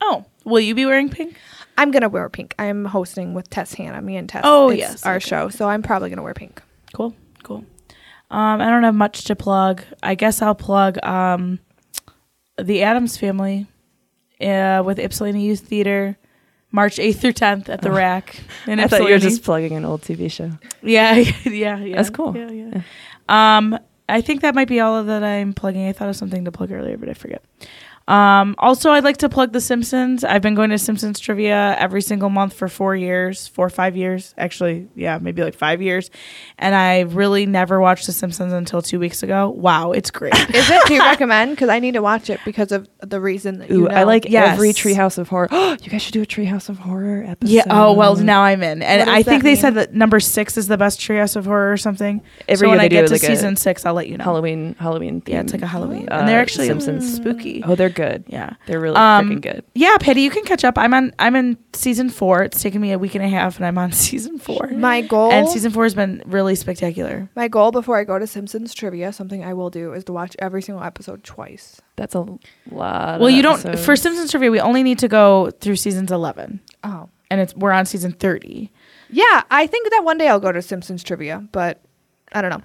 Speaker 2: Oh, will you be wearing pink?
Speaker 1: I'm gonna wear pink. I'm hosting with Tess Hannah. Me and Tess.
Speaker 2: Oh,
Speaker 1: it's
Speaker 2: yes,
Speaker 1: our
Speaker 2: okay.
Speaker 1: show. So I'm probably gonna wear pink.
Speaker 2: Cool, cool. Um, I don't have much to plug. I guess I'll plug um, the Adams Family uh, with Ypsilanti Youth Theater, March eighth through tenth at the Rack. And
Speaker 3: Oh. *laughs* I thought you were just plugging an old TV show.
Speaker 2: yeah, *laughs* yeah, yeah.
Speaker 3: That's cool.
Speaker 2: Yeah, yeah. Um, I think that might be all that I'm plugging. I thought of something to plug earlier, but I forget. Um, also, I'd like to plug The Simpsons. I've been going to Simpsons trivia every single month for four years, four or five years, actually. Yeah, maybe like five years. And I really never watched The Simpsons until two weeks ago. Wow,
Speaker 1: *laughs*
Speaker 2: it's great.
Speaker 1: Is it? Do you recommend? Because I need to watch it because of the reason that you
Speaker 3: Ooh,
Speaker 1: know.
Speaker 3: I like
Speaker 2: Yes.
Speaker 3: every Treehouse of Horror. *gasps* you guys should do a Treehouse of Horror episode.
Speaker 2: yeah. Oh well, now I'm in,
Speaker 1: What
Speaker 2: and
Speaker 1: does
Speaker 2: I think
Speaker 1: that
Speaker 2: they
Speaker 1: mean?
Speaker 2: said that number six is the best Treehouse of Horror or something.
Speaker 3: Every
Speaker 2: so
Speaker 3: year
Speaker 2: when
Speaker 3: they
Speaker 2: I get
Speaker 3: do,
Speaker 2: to
Speaker 3: like, a
Speaker 2: season six, I'll let you know.
Speaker 3: Halloween, Halloween.
Speaker 2: Yeah, it's
Speaker 3: themed.
Speaker 2: like a Halloween,
Speaker 3: Uh,
Speaker 2: and they're actually Um,
Speaker 3: Simpsons.
Speaker 2: spooky.
Speaker 3: Oh, they're good.
Speaker 2: Yeah.
Speaker 3: They're really freaking good.
Speaker 2: Yeah, Patty, you can catch up. I'm on. I'm in season four. It's taken me a week and a half, and I'm on *laughs* season four.
Speaker 1: my goal.
Speaker 2: and season four has been really spectacular.
Speaker 1: my goal before I go to Simpsons trivia, something I will do is to watch every single episode twice.
Speaker 3: That's a lot. of
Speaker 2: Well, you don't
Speaker 3: episodes.
Speaker 2: for Simpsons trivia. We only need to go through seasons eleven,
Speaker 1: Oh.
Speaker 2: and it's we're on season thirty.
Speaker 1: Yeah, I think that one day I'll go to Simpsons trivia, but I don't know.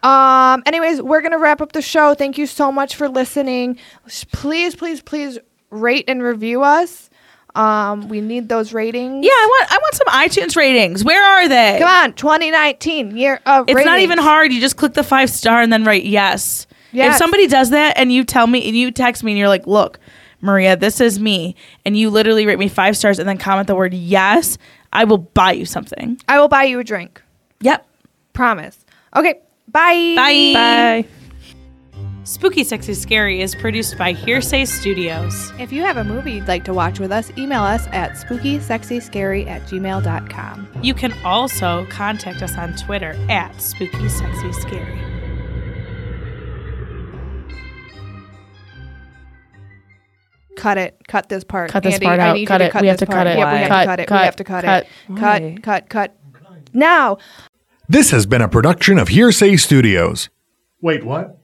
Speaker 1: Um, anyways, we're gonna wrap up the show. Thank you so much for listening. Sh- Please, please, please rate and review us. Um, we need those ratings.
Speaker 2: Yeah, I want I want some iTunes ratings. Where are they?
Speaker 1: Come on, 2019 year of
Speaker 2: It's not
Speaker 1: ratings.
Speaker 2: even hard. You just click the five star and then write yes.
Speaker 1: Yes.
Speaker 2: If somebody does that and you tell me and you text me and you're like, look, Maria, this is me, and you literally rate me five stars and then comment the word yes, I will buy you something.
Speaker 1: I will buy you a drink.
Speaker 2: Yep.
Speaker 1: Promise. Okay. Bye.
Speaker 2: Bye.
Speaker 3: Bye.
Speaker 2: Spooky Sexy Scary is produced by Hearsay Studios.
Speaker 1: If you have a movie you'd like to watch with us, email us at spookysexyscary at gmail.com.
Speaker 2: You can also contact us on Twitter at Spooky Sexy Scary.
Speaker 1: Cut it. Cut this part.
Speaker 2: Cut this
Speaker 1: Andy,
Speaker 2: part
Speaker 1: I
Speaker 2: out.
Speaker 1: need you
Speaker 2: Cut
Speaker 1: to
Speaker 2: it.
Speaker 1: Cut
Speaker 2: We have
Speaker 1: this
Speaker 2: to
Speaker 1: part.
Speaker 2: cut it.
Speaker 1: Yep, we have
Speaker 2: Why?
Speaker 1: to cut it.
Speaker 2: Cut,
Speaker 1: we have to cut,
Speaker 2: cut.
Speaker 1: it. Cut, cut, cut. Now.
Speaker 6: This has been a production of Hearsay Studios. Wait, what?